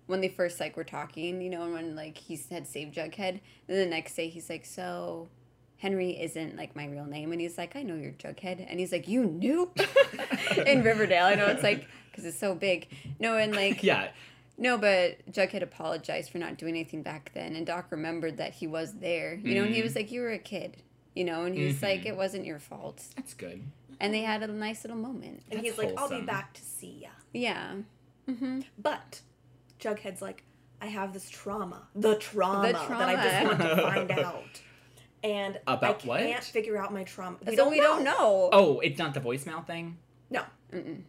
Speaker 3: when they first like were talking, you know, and when like he had saved Jughead. Then the next day he's like, "So Henry isn't like my real name." And he's like, "I know you're Jughead." And he's like, "You knew?" <laughs> <laughs> In Riverdale, I know it's like cuz it's so big. No, and
Speaker 2: <laughs>
Speaker 3: like
Speaker 2: Yeah.
Speaker 3: No, but Jughead apologized for not doing anything back then, and Doc remembered that he was there. You know, and he
Speaker 2: Mhm.
Speaker 3: was like, "You were a kid," you know, and he was like,
Speaker 2: Mhm.
Speaker 3: "It wasn't your fault."
Speaker 2: That's good.
Speaker 3: And they had a nice little moment.
Speaker 1: And
Speaker 2: That's
Speaker 1: he's like, I'll
Speaker 2: wholesome.
Speaker 1: be back to see ya.
Speaker 3: Yeah. Mm-hmm.
Speaker 1: But Jughead's like, I have this trauma. The trauma,
Speaker 3: The
Speaker 1: that I just want
Speaker 2: <laughs> trauma.
Speaker 1: to find out. And I
Speaker 2: About
Speaker 1: can't
Speaker 2: what?
Speaker 1: figure out my trauma.
Speaker 3: so we don't know.
Speaker 2: Oh, it's not the voicemail thing?
Speaker 1: No.
Speaker 3: Mm-mm.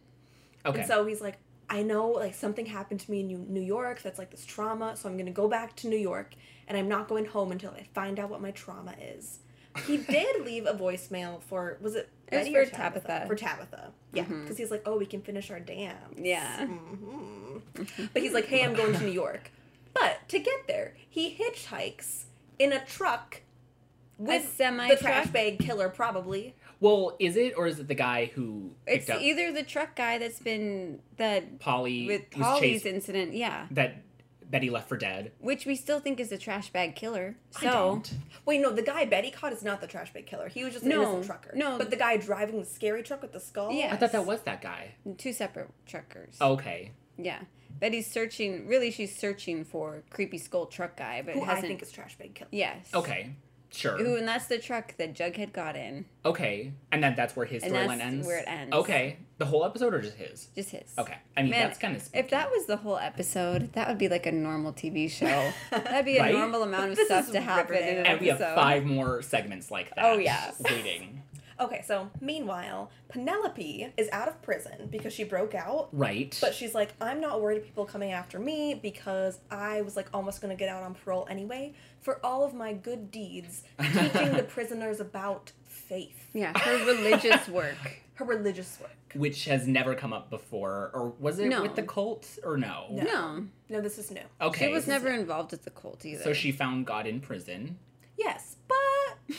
Speaker 2: Okay.
Speaker 1: And so he's like, I know like something happened to me in New- New York that's like this trauma, so I'm gonna go back to New York and I'm not going home until I find out what my trauma is.
Speaker 3: <laughs>
Speaker 1: He did leave a voicemail for was it
Speaker 3: It was
Speaker 1: Betty
Speaker 3: for
Speaker 1: or Tabitha?
Speaker 3: Tabitha. Mm-hmm.
Speaker 1: For Tabitha, yeah, because he's like, oh, we can finish our dance.
Speaker 3: Yeah.
Speaker 1: Mhm. but he's like, hey, I'm going to New York, but to get there, he hitchhikes in a truck with
Speaker 3: semi
Speaker 1: the trash
Speaker 3: truck?
Speaker 1: bag killer, probably.
Speaker 2: <laughs> well, is it or is it the guy who picked
Speaker 3: It's
Speaker 2: up
Speaker 3: either the truck guy that's been that
Speaker 2: Polly
Speaker 3: with
Speaker 2: was
Speaker 3: Polly's
Speaker 2: chased
Speaker 3: incident, yeah,
Speaker 2: that Betty left for dead?
Speaker 3: which we still think is a trash bag killer. So
Speaker 2: I don't.
Speaker 1: Wait, no, the guy Betty caught is not the trash bag killer. He was just an
Speaker 3: No,
Speaker 1: innocent trucker.
Speaker 3: no.
Speaker 1: But the guy driving the scary truck with the skull?
Speaker 3: Yeah.
Speaker 2: I thought that was that guy.
Speaker 3: two separate truckers.
Speaker 2: Okay.
Speaker 3: yeah. Betty's searching. Really, she's searching for creepy skull truck guy, but
Speaker 1: Who I
Speaker 3: hasn't.
Speaker 1: think is trash bag killer.
Speaker 3: yes.
Speaker 2: Okay. Sure.
Speaker 3: Ooh, and that's the truck that Jughead got in.
Speaker 2: Okay. And then that's where his
Speaker 3: And
Speaker 2: storyline
Speaker 3: that's
Speaker 2: ends.
Speaker 3: where it ends.
Speaker 2: Okay. The whole episode or just his?
Speaker 3: Just his.
Speaker 2: Okay. I mean,
Speaker 3: Man,
Speaker 2: that's kind of
Speaker 3: If that was the whole episode, that would be like a normal TV show. That'd be a
Speaker 2: Right?
Speaker 3: normal amount of
Speaker 1: This
Speaker 3: stuff
Speaker 1: is
Speaker 3: to happen in
Speaker 1: Riverdale.
Speaker 3: an
Speaker 2: and we have
Speaker 3: episode.
Speaker 2: five more segments like that.
Speaker 3: Oh, yeah.
Speaker 2: Waiting.
Speaker 1: Okay, so meanwhile, Penelope is out of prison because she broke out.
Speaker 2: Right.
Speaker 1: But she's like, I'm not worried of people coming after me because I was like almost gonna get out on parole anyway for all of my good
Speaker 2: <laughs>
Speaker 1: deeds, teaching the prisoners about faith,
Speaker 3: Yeah, <laughs> her religious work.
Speaker 1: her religious work.
Speaker 2: which has never come up before, or was it
Speaker 3: No.
Speaker 2: with the cult or no?
Speaker 1: No.
Speaker 3: No,
Speaker 1: No, this is new.
Speaker 2: Okay.
Speaker 3: she was never involved with the cult either.
Speaker 2: So she found God in
Speaker 3: <laughs>
Speaker 2: prison.
Speaker 1: Yes, but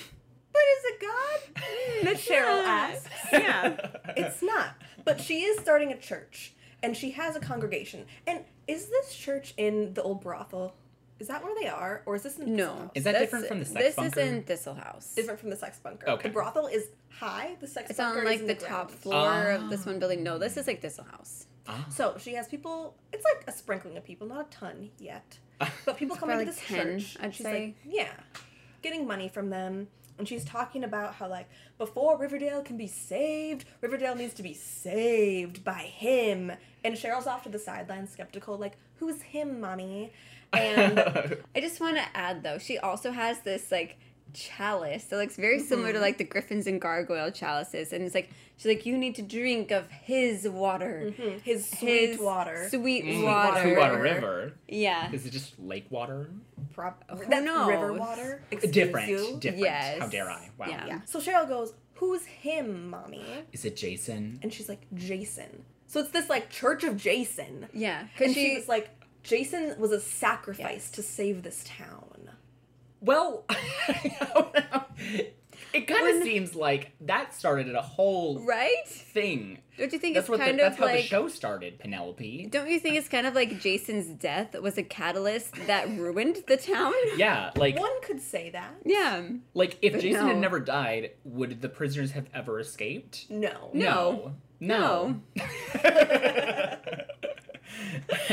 Speaker 1: but is it God? That
Speaker 2: <laughs>
Speaker 1: Cheryl asks.
Speaker 3: Yeah.
Speaker 1: It's not. But she is starting a church and she has a congregation. And is this church in the old brothel? Is that where they are? Or is this in Thistle
Speaker 3: no.
Speaker 1: House?
Speaker 2: Is that
Speaker 3: That's-
Speaker 2: different from the sex
Speaker 3: This
Speaker 2: bunker?
Speaker 3: is in Thistle House.
Speaker 1: different from the sex bunker?
Speaker 2: Okay.
Speaker 1: The brothel is high, the sex
Speaker 3: It's
Speaker 1: bunker
Speaker 3: on
Speaker 1: is
Speaker 3: like
Speaker 1: in
Speaker 3: the,
Speaker 1: ground.
Speaker 3: top floor of this one building. No, this is like Thistle House.
Speaker 2: Ah.
Speaker 1: So she has people it's like a sprinkling of people, not a ton yet. But people come into
Speaker 3: Probably
Speaker 1: this
Speaker 3: like 10,
Speaker 1: church.
Speaker 3: I'd
Speaker 1: she's
Speaker 3: say.
Speaker 1: like, yeah. Getting money from them. And she's talking about how like before Riverdale can be saved, Riverdale needs to be saved by him. And Cheryl's off to the sideline, skeptical, like, who's him, mommy?
Speaker 2: <laughs>
Speaker 1: And <laughs>
Speaker 3: I just want to add though, she also has this like chalice that looks very similar to like the griffins and gargoyle chalices, and it's like she's like, you need to drink of his water,
Speaker 1: Mhm, his sweet
Speaker 3: His
Speaker 1: water.
Speaker 3: Mm-hmm. sweet
Speaker 2: Mm,
Speaker 3: water,
Speaker 2: Sweetwater River.
Speaker 3: Yeah,
Speaker 2: Is it just lake water?
Speaker 1: Prop-
Speaker 3: Who
Speaker 1: that's river
Speaker 3: knows?
Speaker 1: water. Excuse
Speaker 2: Different.
Speaker 1: you.
Speaker 2: Different.
Speaker 3: Yes.
Speaker 2: How dare I? Wow.
Speaker 3: Yeah.
Speaker 1: Yeah. So Cheryl goes, Who's him, mommy?
Speaker 2: Is it Jason?
Speaker 1: And she's like, Jason. So it's this like church of Jason.
Speaker 3: yeah,
Speaker 1: And
Speaker 3: because
Speaker 1: she,
Speaker 3: she,
Speaker 1: was like, Jason was a sacrifice to save this town.
Speaker 2: Well, <laughs> it kind of seems like that started a whole
Speaker 3: right?
Speaker 2: thing.
Speaker 3: Don't you think
Speaker 2: That's
Speaker 3: it's
Speaker 2: what. The,
Speaker 3: kind
Speaker 2: that's
Speaker 3: of
Speaker 2: how the
Speaker 3: like?
Speaker 2: show started, Penelope.
Speaker 3: Don't you think it's kind of like Jason's death was a catalyst that ruined the town?
Speaker 2: Yeah, like
Speaker 1: One could say that.
Speaker 3: <laughs> Yeah.
Speaker 2: like if
Speaker 3: But
Speaker 2: Jason had
Speaker 3: no.
Speaker 2: never died, would the prisoners have ever escaped?
Speaker 1: No.
Speaker 2: No. No.
Speaker 1: But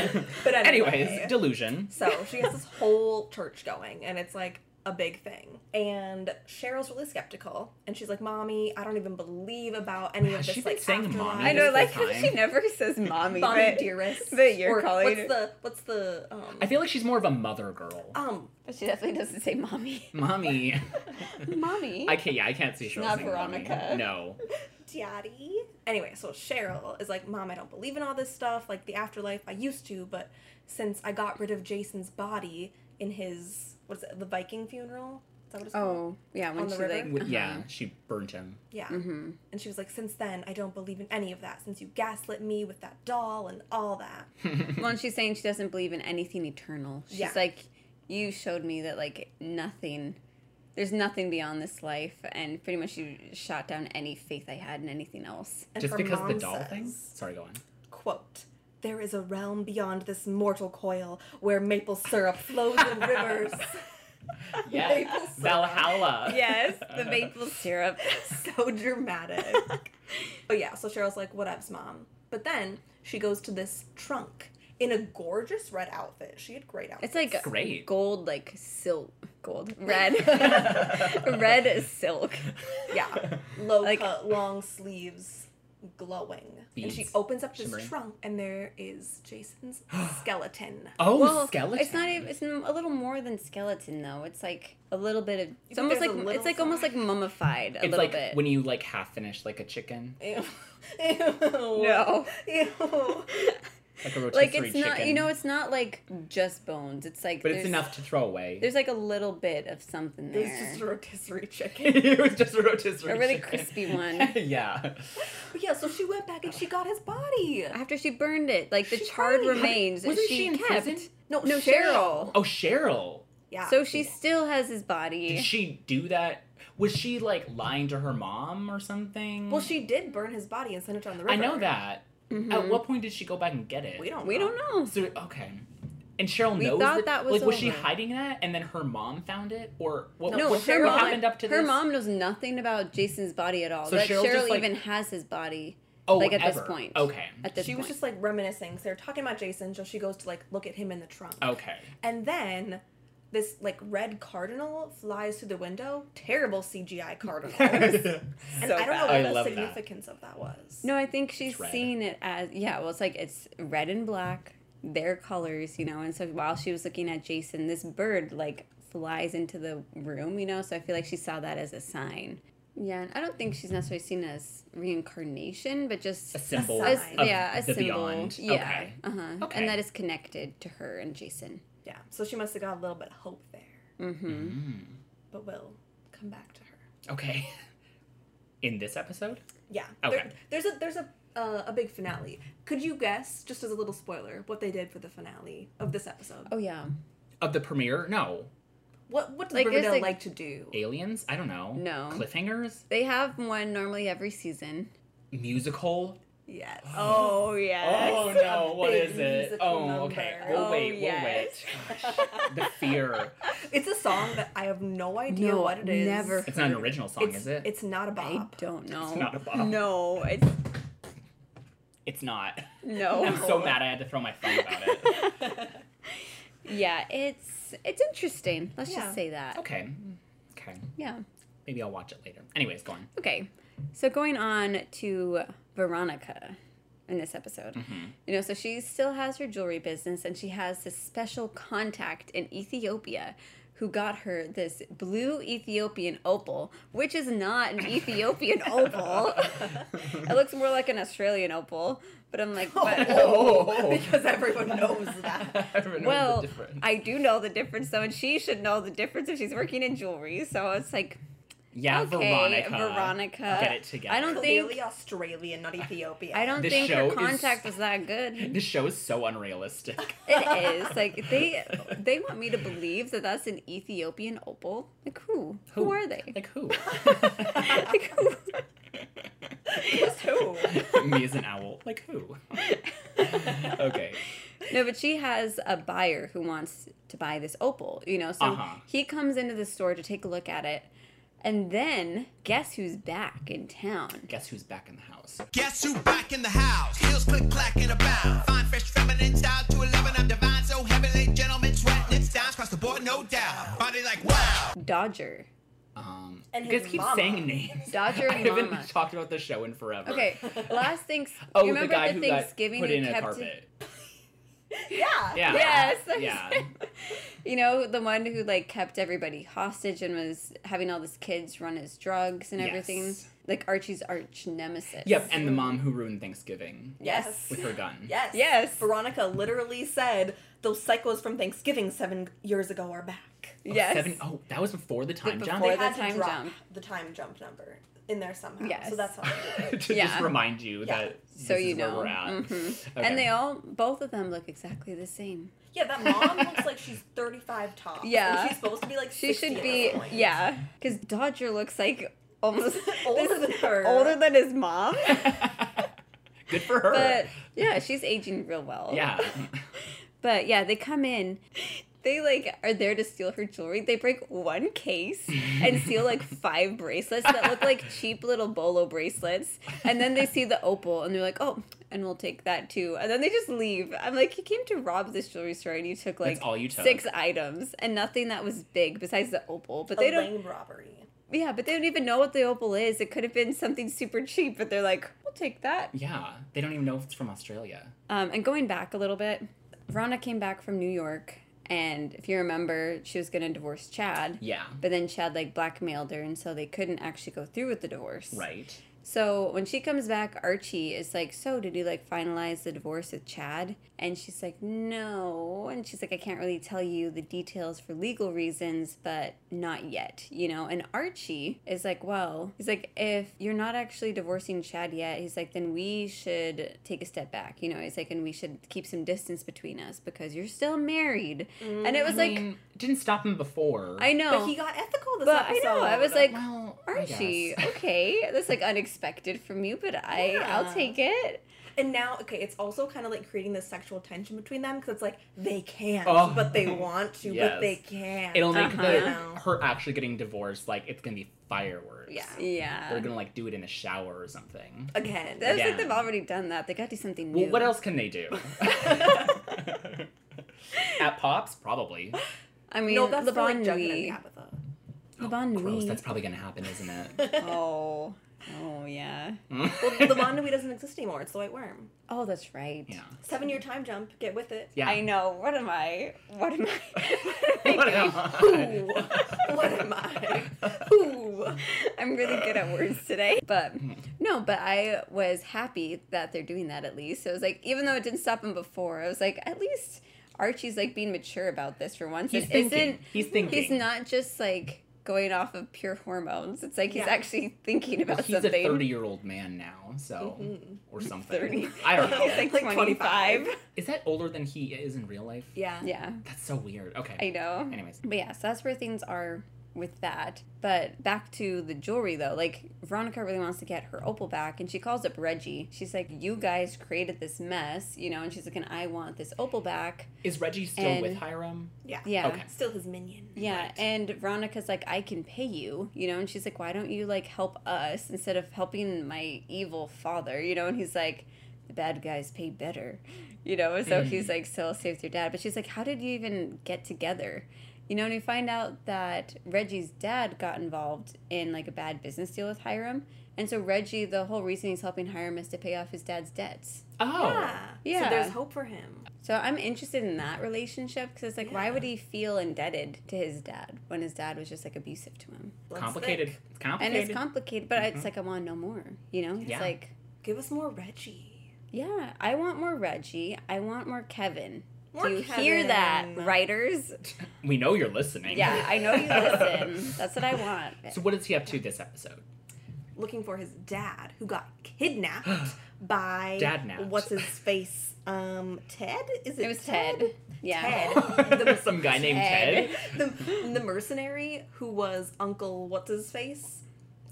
Speaker 1: anyway.
Speaker 3: <laughs>
Speaker 2: <laughs> Anyways, delusion.
Speaker 1: So she has this whole church going, and it's like a big thing. And Cheryl's really skeptical, and she's like, "Mommy, I don't even believe about any
Speaker 2: Has
Speaker 1: of this
Speaker 2: she been
Speaker 1: like
Speaker 2: saying
Speaker 1: afterlife."
Speaker 2: mommy
Speaker 3: I know,
Speaker 2: Just
Speaker 3: like
Speaker 2: the
Speaker 3: she
Speaker 2: time.
Speaker 3: never says mommy,
Speaker 1: mommy,
Speaker 3: but,
Speaker 1: dearest.
Speaker 3: but you're
Speaker 1: Or
Speaker 3: calling
Speaker 1: What's
Speaker 3: her-
Speaker 1: the what's the um?
Speaker 2: I feel like she's more of a mother girl.
Speaker 3: Uh,
Speaker 1: um.
Speaker 3: but she definitely doesn't say mommy.
Speaker 2: Mommy.
Speaker 3: <laughs> mommy.
Speaker 2: I can't. Yeah, I can't see Cheryl.
Speaker 3: Not
Speaker 2: saying mommy.
Speaker 3: Veronica.
Speaker 2: No.
Speaker 1: daddy. Anyway, so Cheryl is like, Mom, I don't believe in all this stuff. Like the afterlife, I used to, but since I got rid of Jason's body in his, what's it, the Viking funeral? Is that what it's called?
Speaker 3: Oh yeah, when
Speaker 1: On the
Speaker 3: she
Speaker 1: river?
Speaker 3: like
Speaker 2: W-
Speaker 3: <laughs>
Speaker 2: Yeah, she burnt him.
Speaker 1: Yeah.
Speaker 3: Mm-hmm.
Speaker 1: And she was like, Since then, I don't believe in any of that. Since you gaslit me with that doll and all that.
Speaker 3: <laughs> Well, and she's saying she doesn't believe in anything eternal. She's
Speaker 1: Yeah.
Speaker 3: like, you showed me that like nothing, there's nothing beyond this life, and pretty much you shot down any faith I had in anything else.
Speaker 1: And
Speaker 2: <laughs> Just
Speaker 1: her
Speaker 2: because the
Speaker 1: mom
Speaker 2: doll
Speaker 1: says,
Speaker 2: thing. Sorry, go on.
Speaker 1: Quote, there is a realm beyond this mortal coil where maple syrup flows in rivers.
Speaker 2: <laughs>
Speaker 1: <laughs>
Speaker 2: Yeah.
Speaker 1: Maple syrup.
Speaker 2: Valhalla. <laughs>
Speaker 3: the <laughs> maple syrup.
Speaker 1: so dramatic. but yeah, so Cheryl's like, whatevs, mom. But then she goes to this trunk in a gorgeous red outfit. She had great outfits.
Speaker 3: It's like
Speaker 2: Great.
Speaker 3: gold, like silk,
Speaker 2: <laughs>
Speaker 3: gold, red, red silk.
Speaker 1: yeah, low
Speaker 3: like-
Speaker 1: cut, long sleeves, glowing. And she
Speaker 2: Beads.
Speaker 1: opens up this
Speaker 2: Shimmering.
Speaker 1: trunk, and there is
Speaker 2: <gasps>
Speaker 1: Jason's skeleton.
Speaker 2: <laughs> Oh,
Speaker 3: well,
Speaker 2: skeleton.
Speaker 3: It's not even. It's m- a little more than skeleton though. It's like a little bit of. It's
Speaker 1: think
Speaker 3: almost
Speaker 1: there's
Speaker 3: like
Speaker 1: a little
Speaker 3: it's like almost like mummified a
Speaker 2: It's
Speaker 3: little
Speaker 2: like
Speaker 3: bit. <laughs>
Speaker 2: when you like half finish like a chicken,
Speaker 1: Ew. Ew.
Speaker 3: no.
Speaker 1: Ew.
Speaker 2: like a rotisserie
Speaker 3: like it's
Speaker 2: chicken.
Speaker 3: not you know it's not like just bones it's like
Speaker 2: but it's
Speaker 3: there's-
Speaker 2: enough to throw away.
Speaker 3: there's like a little bit of something there
Speaker 1: There's just a rotisserie chicken.
Speaker 2: <laughs>
Speaker 1: <laughs>
Speaker 2: it was just a rotisserie.
Speaker 3: A really
Speaker 2: chicken.
Speaker 3: crispy
Speaker 2: <laughs>
Speaker 3: one.
Speaker 2: yeah.
Speaker 1: But yeah, so she went back and she got his body.
Speaker 3: after she burned it like the
Speaker 1: She
Speaker 3: charred
Speaker 1: burned it.
Speaker 3: remains that
Speaker 2: Wasn't
Speaker 3: she,
Speaker 2: she in
Speaker 3: kept
Speaker 2: prison?
Speaker 1: No,
Speaker 3: no
Speaker 1: Cheryl.
Speaker 3: cheryl,
Speaker 2: Oh, Cheryl.
Speaker 1: Yeah.
Speaker 3: so she still has his
Speaker 2: Did
Speaker 3: body
Speaker 2: she do that? Was she like lying to her mom or something?
Speaker 1: well, she did burn his body and send it down the river.
Speaker 2: I know that.
Speaker 3: Mhm.
Speaker 2: At what point did she go back and get it?
Speaker 1: We don't.
Speaker 3: we
Speaker 1: know.
Speaker 3: don't know
Speaker 2: So okay. And Cheryl
Speaker 3: We
Speaker 2: knows
Speaker 3: thought
Speaker 2: that,
Speaker 3: that was
Speaker 2: like was she
Speaker 3: over.
Speaker 2: hiding that and then her mom found it or what,
Speaker 3: no,
Speaker 2: what,
Speaker 3: her
Speaker 2: what
Speaker 3: mom,
Speaker 2: happened up to
Speaker 3: her
Speaker 2: this?
Speaker 3: mom knows nothing about Jason's body at all.
Speaker 2: So
Speaker 3: that
Speaker 2: Cheryl
Speaker 3: Cheryl,
Speaker 2: just, like-
Speaker 3: even has his body
Speaker 2: oh,
Speaker 3: like, at this
Speaker 2: ever.
Speaker 3: point.
Speaker 2: Okay.
Speaker 3: at this
Speaker 1: she was
Speaker 3: point.
Speaker 1: just like reminiscing. So they're talking about Jason, so she goes to like look at him in the trunk.
Speaker 2: Okay.
Speaker 1: And then this like red cardinal flies through the window. Terrible CGI
Speaker 2: <laughs>
Speaker 1: cardinal. and
Speaker 3: so
Speaker 1: I don't know
Speaker 3: bad.
Speaker 1: what
Speaker 2: I
Speaker 1: the
Speaker 2: love that.
Speaker 1: significance of that was.
Speaker 3: No, I think she's
Speaker 2: red.
Speaker 3: seeing it as yeah. Well, it's like it's red and black, their colors, you know. And so while she was looking at Jason, this bird like flies into the room, you know. So I feel like she saw that as a sign. Yeah, and I don't think she's necessarily seen as reincarnation, but just
Speaker 2: a symbol.
Speaker 1: sign.
Speaker 3: as-
Speaker 1: sign
Speaker 2: of
Speaker 3: yeah, a
Speaker 2: the
Speaker 3: symbol.
Speaker 2: beyond.
Speaker 3: Yeah,
Speaker 2: Okay.
Speaker 3: uh-huh.
Speaker 2: Okay.
Speaker 3: and that is connected to her and Jason.
Speaker 1: Yeah. So she must have got a little bit of hope there.
Speaker 3: Mm-hmm.
Speaker 2: Mm.
Speaker 1: But we'll come back to her.
Speaker 2: Okay. <laughs> In this episode?
Speaker 1: Yeah.
Speaker 2: Okay.
Speaker 1: There- there's a there's a uh, a big finale. Could you guess, just as a little spoiler, what they did for the finale of this episode?
Speaker 3: Oh yeah,
Speaker 2: Of the premiere? No.
Speaker 1: What what does
Speaker 3: Like, there's,
Speaker 1: Riverdale
Speaker 3: like-
Speaker 1: like, to do?
Speaker 2: Aliens? I don't know.
Speaker 3: No.
Speaker 2: Cliffhangers?
Speaker 3: they have one normally every season.
Speaker 2: Musical?
Speaker 3: <gasps>
Speaker 1: Yes.
Speaker 2: <laughs>
Speaker 3: Oh yeah.
Speaker 2: Oh
Speaker 3: <laughs>
Speaker 2: no, what
Speaker 1: big
Speaker 2: is it?
Speaker 1: musical
Speaker 2: Oh,
Speaker 1: number.
Speaker 2: okay. We'll
Speaker 3: Oh,
Speaker 2: wait,
Speaker 3: yes.
Speaker 2: we'll wait. Gosh, the fear.
Speaker 1: It's a song that I have no idea
Speaker 3: No,
Speaker 1: what it is.
Speaker 3: never.
Speaker 2: It's not an original song,
Speaker 1: it's,
Speaker 2: is it?
Speaker 1: It's not a
Speaker 3: I
Speaker 1: bop.
Speaker 3: don't know.
Speaker 2: not a bop.
Speaker 3: No, it's
Speaker 2: It's not. <laughs>
Speaker 3: Oh, no.
Speaker 2: I'm so mad I had to throw my phone about
Speaker 3: <laughs>
Speaker 2: it.
Speaker 1: <laughs>
Speaker 3: Yeah, it's it's interesting. Let's
Speaker 1: Yeah.
Speaker 3: just say that.
Speaker 2: Okay. Okay.
Speaker 3: Yeah.
Speaker 2: Maybe I'll watch it later. Anyways, go on.
Speaker 3: Okay. So going on to Veronica in this episode.
Speaker 2: Mm-hmm.
Speaker 3: <laughs> You know, so she still has her jewelry business and she has this special contact in Ethiopia who got her this blue Ethiopian opal, which is not an
Speaker 2: <laughs>
Speaker 3: Ethiopian opal. <laughs> it looks more like an Australian opal, but I'm
Speaker 2: <laughs>
Speaker 3: like, what?
Speaker 2: Oh.
Speaker 1: <laughs> because everyone knows
Speaker 3: <laughs>
Speaker 1: that.
Speaker 2: <laughs> Everyone knows the
Speaker 3: Well,
Speaker 2: difference.
Speaker 3: I do know the difference though, and she should know the difference if she's working in jewelry. So it's like,
Speaker 2: yeah,
Speaker 3: okay,
Speaker 2: Veronica.
Speaker 3: Veronica.
Speaker 2: Get it together.
Speaker 3: I don't think
Speaker 1: Clearly Australian, not Ethiopian.
Speaker 3: I don't
Speaker 2: This
Speaker 3: think
Speaker 2: show
Speaker 3: her
Speaker 2: is-
Speaker 3: contact was that good.
Speaker 2: <laughs> This show is so
Speaker 3: <laughs>
Speaker 2: unrealistic.
Speaker 3: It is like they they want me to believe that that's an Ethiopian opal. Like who? Who, are they?
Speaker 2: Like
Speaker 3: <laughs>
Speaker 2: who?
Speaker 3: like who?
Speaker 1: Just
Speaker 2: <laughs>
Speaker 1: who?
Speaker 2: Me as an owl. Like who? <laughs> okay.
Speaker 3: No, but she has a buyer who wants to buy this opal, you know. So
Speaker 2: Uh-huh.
Speaker 3: he comes into the store to take a look at it. And then guess who's back in town?
Speaker 2: Guess who's back in the house?
Speaker 5: Guess who back in the house? Heels click clack in a bound. Fine, fresh, feminine style to 11. I'm divine, so heavenly. Gentlemen, sweat, lips, dimes, cross the board, no doubt. Body like wow.
Speaker 3: Dodger.
Speaker 2: Um,
Speaker 1: And
Speaker 2: you guys
Speaker 1: his
Speaker 2: keep
Speaker 1: mama.
Speaker 2: saying names. <laughs>
Speaker 3: Dodger
Speaker 2: I
Speaker 3: and
Speaker 2: haven't
Speaker 3: Mama.
Speaker 2: talked about the show in forever.
Speaker 3: Okay,
Speaker 2: <laughs>
Speaker 3: last things.
Speaker 2: Oh,
Speaker 3: you remember
Speaker 2: the guy
Speaker 3: the
Speaker 2: who
Speaker 3: Thanksgiving
Speaker 2: got put
Speaker 3: you
Speaker 2: in a
Speaker 3: kept
Speaker 2: carpet.
Speaker 1: <laughs> Yeah.
Speaker 2: Yeah.
Speaker 3: Yes.
Speaker 2: <laughs> Yeah.
Speaker 3: <laughs> You know, the one who like kept everybody hostage and was having all these kids run his drugs and everything.
Speaker 2: Yes.
Speaker 3: Like Archie's arch nemesis.
Speaker 2: Yep. And the mom who ruined Thanksgiving
Speaker 1: Yes.
Speaker 2: with her gun.
Speaker 1: Yes. Oh,
Speaker 3: Yes.
Speaker 1: Veronica literally said those psychos from Thanksgiving seven years ago are back.
Speaker 2: Oh,
Speaker 3: yes.
Speaker 2: Seven, oh, that was before the time jump.
Speaker 3: before
Speaker 1: They
Speaker 3: Or the
Speaker 1: had to
Speaker 3: time
Speaker 1: drop
Speaker 3: jump.
Speaker 1: The time jump number in there somehow.
Speaker 3: Yes.
Speaker 1: So that's how. they did it.
Speaker 2: <laughs> to just
Speaker 3: Yeah.
Speaker 2: remind you
Speaker 1: Yeah.
Speaker 2: that
Speaker 3: So
Speaker 2: this
Speaker 3: you
Speaker 2: is
Speaker 3: know.
Speaker 2: where we're at.
Speaker 3: Mhm.
Speaker 2: Okay.
Speaker 3: And they all, both of them look exactly the same.
Speaker 1: Yeah, that mom looks like she's 35 top.
Speaker 3: Yeah.
Speaker 1: And she's supposed to be like.
Speaker 3: She
Speaker 1: 60
Speaker 3: should
Speaker 1: at
Speaker 3: be,
Speaker 1: this point.
Speaker 3: yeah. Because Dodger looks like almost
Speaker 1: <laughs> Older than her.
Speaker 3: older than his
Speaker 1: <laughs>
Speaker 3: mom.
Speaker 2: <laughs> Good for her.
Speaker 3: But yeah, she's aging real well.
Speaker 2: yeah. <laughs>
Speaker 3: But yeah, they come in. <laughs> They like are there to steal her jewelry. They break one case and
Speaker 2: <laughs>
Speaker 3: steal like five bracelets that look like cheap little bolo bracelets. And then they see the opal and they're like, "Oh, and we'll take that too." And then they just leave. I'm like, "You came to rob this jewelry store and you took like
Speaker 2: That's all you took.
Speaker 3: six items and nothing that was big besides the opal." But they
Speaker 1: a
Speaker 3: don't
Speaker 1: lame robbery.
Speaker 3: Yeah, but they don't even know what the opal is. It could have been something super cheap, but they're like, "We'll take that."
Speaker 2: Yeah. They don't even know if it's from Australia.
Speaker 3: Um, and going back a little bit, Rana came back from New York, and if you remember, she was going to divorce Chad.
Speaker 2: Yeah.
Speaker 3: But then Chad like blackmailed her, and so they couldn't actually go through with the divorce.
Speaker 2: Right.
Speaker 3: So when she comes back, Archie is like, "So did you like finalize the divorce with Chad?" And she's like, "No." And she's like, "I can't really tell you the details for legal reasons, but not yet, you know." And Archie is like, "Well, he's like, if you're not actually divorcing Chad yet, he's like, then we should take a step back, you know." He's like, "And we should keep some distance between us because you're still married." And it was
Speaker 2: Mm, I
Speaker 3: like,
Speaker 2: mean, it didn't stop him before.
Speaker 3: I know,
Speaker 1: But he got ethical this
Speaker 3: But I
Speaker 1: episode.
Speaker 3: know, I was like,
Speaker 2: Well, I
Speaker 3: Archie,
Speaker 2: guess.
Speaker 3: okay, that's like unexpected from you, but I, I'll
Speaker 1: Yeah.
Speaker 3: take it.
Speaker 1: And now, okay, it's also kind of like creating this sexual tension between them because it's like they can't,
Speaker 2: Oh.
Speaker 1: but they want to,
Speaker 2: Yes.
Speaker 1: but they can't.
Speaker 2: <laughs> It'll make
Speaker 3: Uh-huh.
Speaker 2: the,
Speaker 1: You know.
Speaker 2: her actually getting divorced like it's gonna be fireworks.
Speaker 1: Yeah.
Speaker 2: They're
Speaker 3: Yeah.
Speaker 2: gonna like do it in a shower or something.
Speaker 1: again.
Speaker 3: That's
Speaker 2: Yeah.
Speaker 3: like they've already done that. They got to do something new.
Speaker 2: Well, what else can they do? <laughs> At Pops, probably.
Speaker 3: I mean,
Speaker 1: no, that's
Speaker 3: Le
Speaker 1: for, like
Speaker 3: Bon
Speaker 1: Jughead and
Speaker 3: Nui.
Speaker 1: Tabitha.
Speaker 3: Le Bon
Speaker 2: Oh, Gross.
Speaker 3: Nui. <laughs>
Speaker 2: That's probably gonna happen, isn't it?
Speaker 3: Oh. Oh, yeah.
Speaker 1: <laughs> Well, the Bon Nui doesn't exist anymore. It's the White Worm.
Speaker 3: Oh, that's right.
Speaker 2: <laughs>
Speaker 3: <laughs>
Speaker 2: yeah.
Speaker 1: Seven year time jump. Get with it.
Speaker 2: Yeah.
Speaker 3: I know. What am I? What am
Speaker 2: <laughs>
Speaker 3: I? <laughs>
Speaker 2: What am I?
Speaker 1: Ooh, <laughs> what am I? Ooh.
Speaker 3: I'm really good at words today. But no, but I was happy that they're doing that at least. So it was like, even though it didn't stop him before, I was like, at least Archie's like being mature about this for once.
Speaker 2: He's
Speaker 3: It
Speaker 2: thinking.
Speaker 3: isn't-
Speaker 2: He's thinking.
Speaker 3: He's not just like going off of pure hormones. It's like he's
Speaker 1: Yeah.
Speaker 3: actually thinking about
Speaker 2: Well, he's
Speaker 3: something.
Speaker 2: a 30 year old man now, so.
Speaker 3: Mm-hmm.
Speaker 1: Mm.
Speaker 2: Or something.
Speaker 3: 30.
Speaker 2: I <laughs>
Speaker 3: <laughs>
Speaker 2: don't know.
Speaker 3: <laughs> He's like,
Speaker 1: Like
Speaker 3: 25.
Speaker 2: Is that older than he is in real life?
Speaker 1: Yeah.
Speaker 3: Yeah,
Speaker 2: That's so weird. Okay.
Speaker 3: I know.
Speaker 2: Anyways.
Speaker 3: But yeah, so that's where things are with that. But back to the jewelry though, like Veronica really wants to get her opal back and she calls up Reggie. She's like, You guys created this mess, you know, and she's like, And I want this opal back.
Speaker 2: Is Reggie still
Speaker 3: And-
Speaker 2: with Hiram?
Speaker 1: Yeah.
Speaker 3: Yeah.
Speaker 2: Okay.
Speaker 1: Still his minion.
Speaker 3: Yeah,
Speaker 2: Right.
Speaker 3: and Veronica's like, I can pay you, you know, and she's like, Why don't you like help us instead of helping my evil father, you know? And he's like, The bad guys pay better, you know? And So he's like, So I'll stay with your dad. But she's like, How did you even get together? You know, and we find out that Reggie's dad got involved in like a bad business deal with Hiram. And so Reggie, the whole reason he's helping Hiram is to pay off his dad's debts.
Speaker 2: Oh.
Speaker 1: Yeah.
Speaker 3: Yeah.
Speaker 1: So there's hope for him.
Speaker 3: So I'm interested in that relationship because it's like, why would he feel indebted to his dad when his dad was just like abusive to him?
Speaker 1: Let's
Speaker 2: Complicated.
Speaker 1: think.
Speaker 2: It's complicated.
Speaker 3: and it's complicated but
Speaker 2: Mm-hmm.
Speaker 3: it's like i want no more you know it's
Speaker 2: Yeah.
Speaker 3: like
Speaker 1: Give us more Reggie.
Speaker 3: yeah i want more reggie i want more kevin
Speaker 1: More
Speaker 3: do you hear that
Speaker 1: Kevin.
Speaker 3: writers
Speaker 2: we know you're listening.
Speaker 3: yeah i
Speaker 2: <laughs>
Speaker 3: know you listen that's what i want
Speaker 2: So what is he up to this episode?
Speaker 1: Looking for his dad, who got
Speaker 2: <gasps>
Speaker 1: kidnapped by
Speaker 2: Dadnapped.
Speaker 1: What's his face? Um, Ted. Is it?
Speaker 3: it was ted yeah
Speaker 1: Ted. The,
Speaker 2: <laughs> Some guy named Ted.
Speaker 1: <laughs>
Speaker 3: <laughs>
Speaker 1: the, the mercenary who was Uncle. What's his face?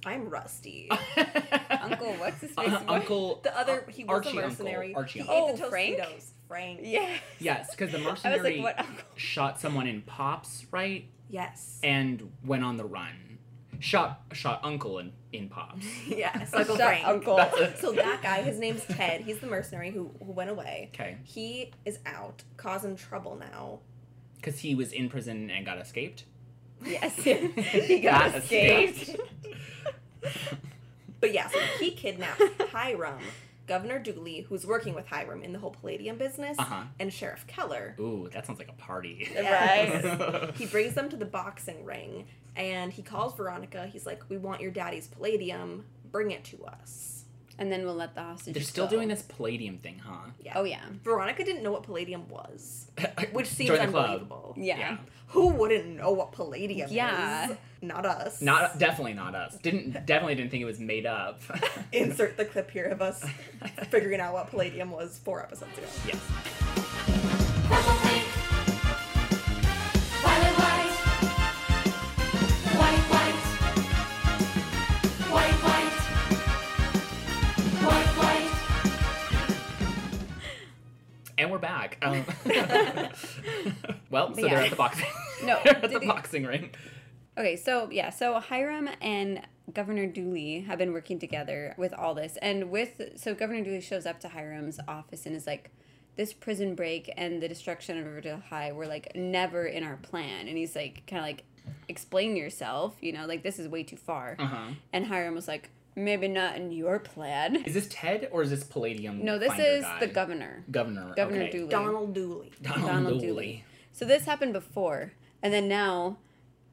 Speaker 1: I'm
Speaker 2: <laughs>
Speaker 1: rusty.
Speaker 3: uncle what's his face
Speaker 2: Uh, Uncle. uh,
Speaker 1: The other. He was
Speaker 2: Archie
Speaker 1: a mercenary.
Speaker 2: Uncle. Archie.
Speaker 1: He
Speaker 2: Uncle.
Speaker 1: ate the
Speaker 3: Oh, Frank?
Speaker 1: Tostitos. Frank.
Speaker 3: yeah
Speaker 2: Yes, because the
Speaker 3: <laughs> i was like
Speaker 2: mercenary
Speaker 3: what uncle
Speaker 2: shot someone in Pops, right?
Speaker 3: <laughs>
Speaker 1: Yes.
Speaker 2: And went on the run. Shot shot Uncle in, in Pops.
Speaker 1: yes. Uncle
Speaker 3: Shut,
Speaker 1: Frank.
Speaker 3: uncle <laughs>
Speaker 1: So that guy, his name's Ted. He's the mercenary who, who went away.
Speaker 2: Okay.
Speaker 1: He is out, causing trouble now.
Speaker 2: Because he was in prison and got escaped.
Speaker 3: Yes, <laughs> he got
Speaker 2: Not
Speaker 3: escaped.
Speaker 1: But yeah, so
Speaker 2: <laughs>
Speaker 1: he kidnaps Hiram, Governor Dooley, who's working with Hiram in the whole Palladium business,
Speaker 2: Uh-huh.
Speaker 1: and Sheriff Keller.
Speaker 2: Ooh, that sounds like a party. <laughs>
Speaker 1: Yes.
Speaker 2: Right.
Speaker 1: he brings them to the boxing ring and he calls Veronica. He's like, We want your daddy's Palladium. Bring it to us.
Speaker 3: And then we'll let the hostages.
Speaker 2: They're still
Speaker 3: go.
Speaker 2: doing this palladium thing, huh?
Speaker 1: Yeah.
Speaker 3: Oh yeah,
Speaker 1: Veronica didn't know what Palladium
Speaker 2: <laughs>
Speaker 1: was, which seems
Speaker 2: Join the club.
Speaker 1: unbelievable.
Speaker 3: yeah.
Speaker 2: Yeah.
Speaker 1: Who wouldn't know what Palladium
Speaker 3: Yeah.
Speaker 1: is? Not us.
Speaker 2: Not <laughs> definitely not us. Didn't definitely didn't think it was made
Speaker 3: <laughs>
Speaker 2: up.
Speaker 1: <laughs> Insert the clip here of us figuring out what Palladium was four episodes ago.
Speaker 2: <laughs> yes. And we're
Speaker 3: <laughs>
Speaker 2: back. Um, <laughs> well, so
Speaker 3: yeah.
Speaker 2: they're at the boxing.
Speaker 3: No,
Speaker 2: <laughs> they're at
Speaker 3: did
Speaker 2: the
Speaker 3: he-
Speaker 2: boxing ring.
Speaker 3: Okay, so yeah, so Hiram and Governor Dooley have been working together with all this, and with so Governor Dooley shows up to Hiram's office and is like, "This prison break and the destruction of Riverdale High were like never in our plan," and he's like, kind of like, "Explain yourself," you know, like this is way too far.
Speaker 2: Uh huh.
Speaker 3: And Hiram was like, "Maybe not in your plan."
Speaker 2: Is this Ted or is this Palladium?
Speaker 3: No, this
Speaker 2: finder
Speaker 3: is
Speaker 2: guy?
Speaker 3: the governor,
Speaker 2: governor.
Speaker 3: Governor
Speaker 2: okay.
Speaker 3: Dooley.
Speaker 1: Donald
Speaker 2: <laughs>
Speaker 1: Dooley.
Speaker 2: Donald,
Speaker 3: Donald
Speaker 2: Dooley.
Speaker 3: Dooley. So this happened before, and then now,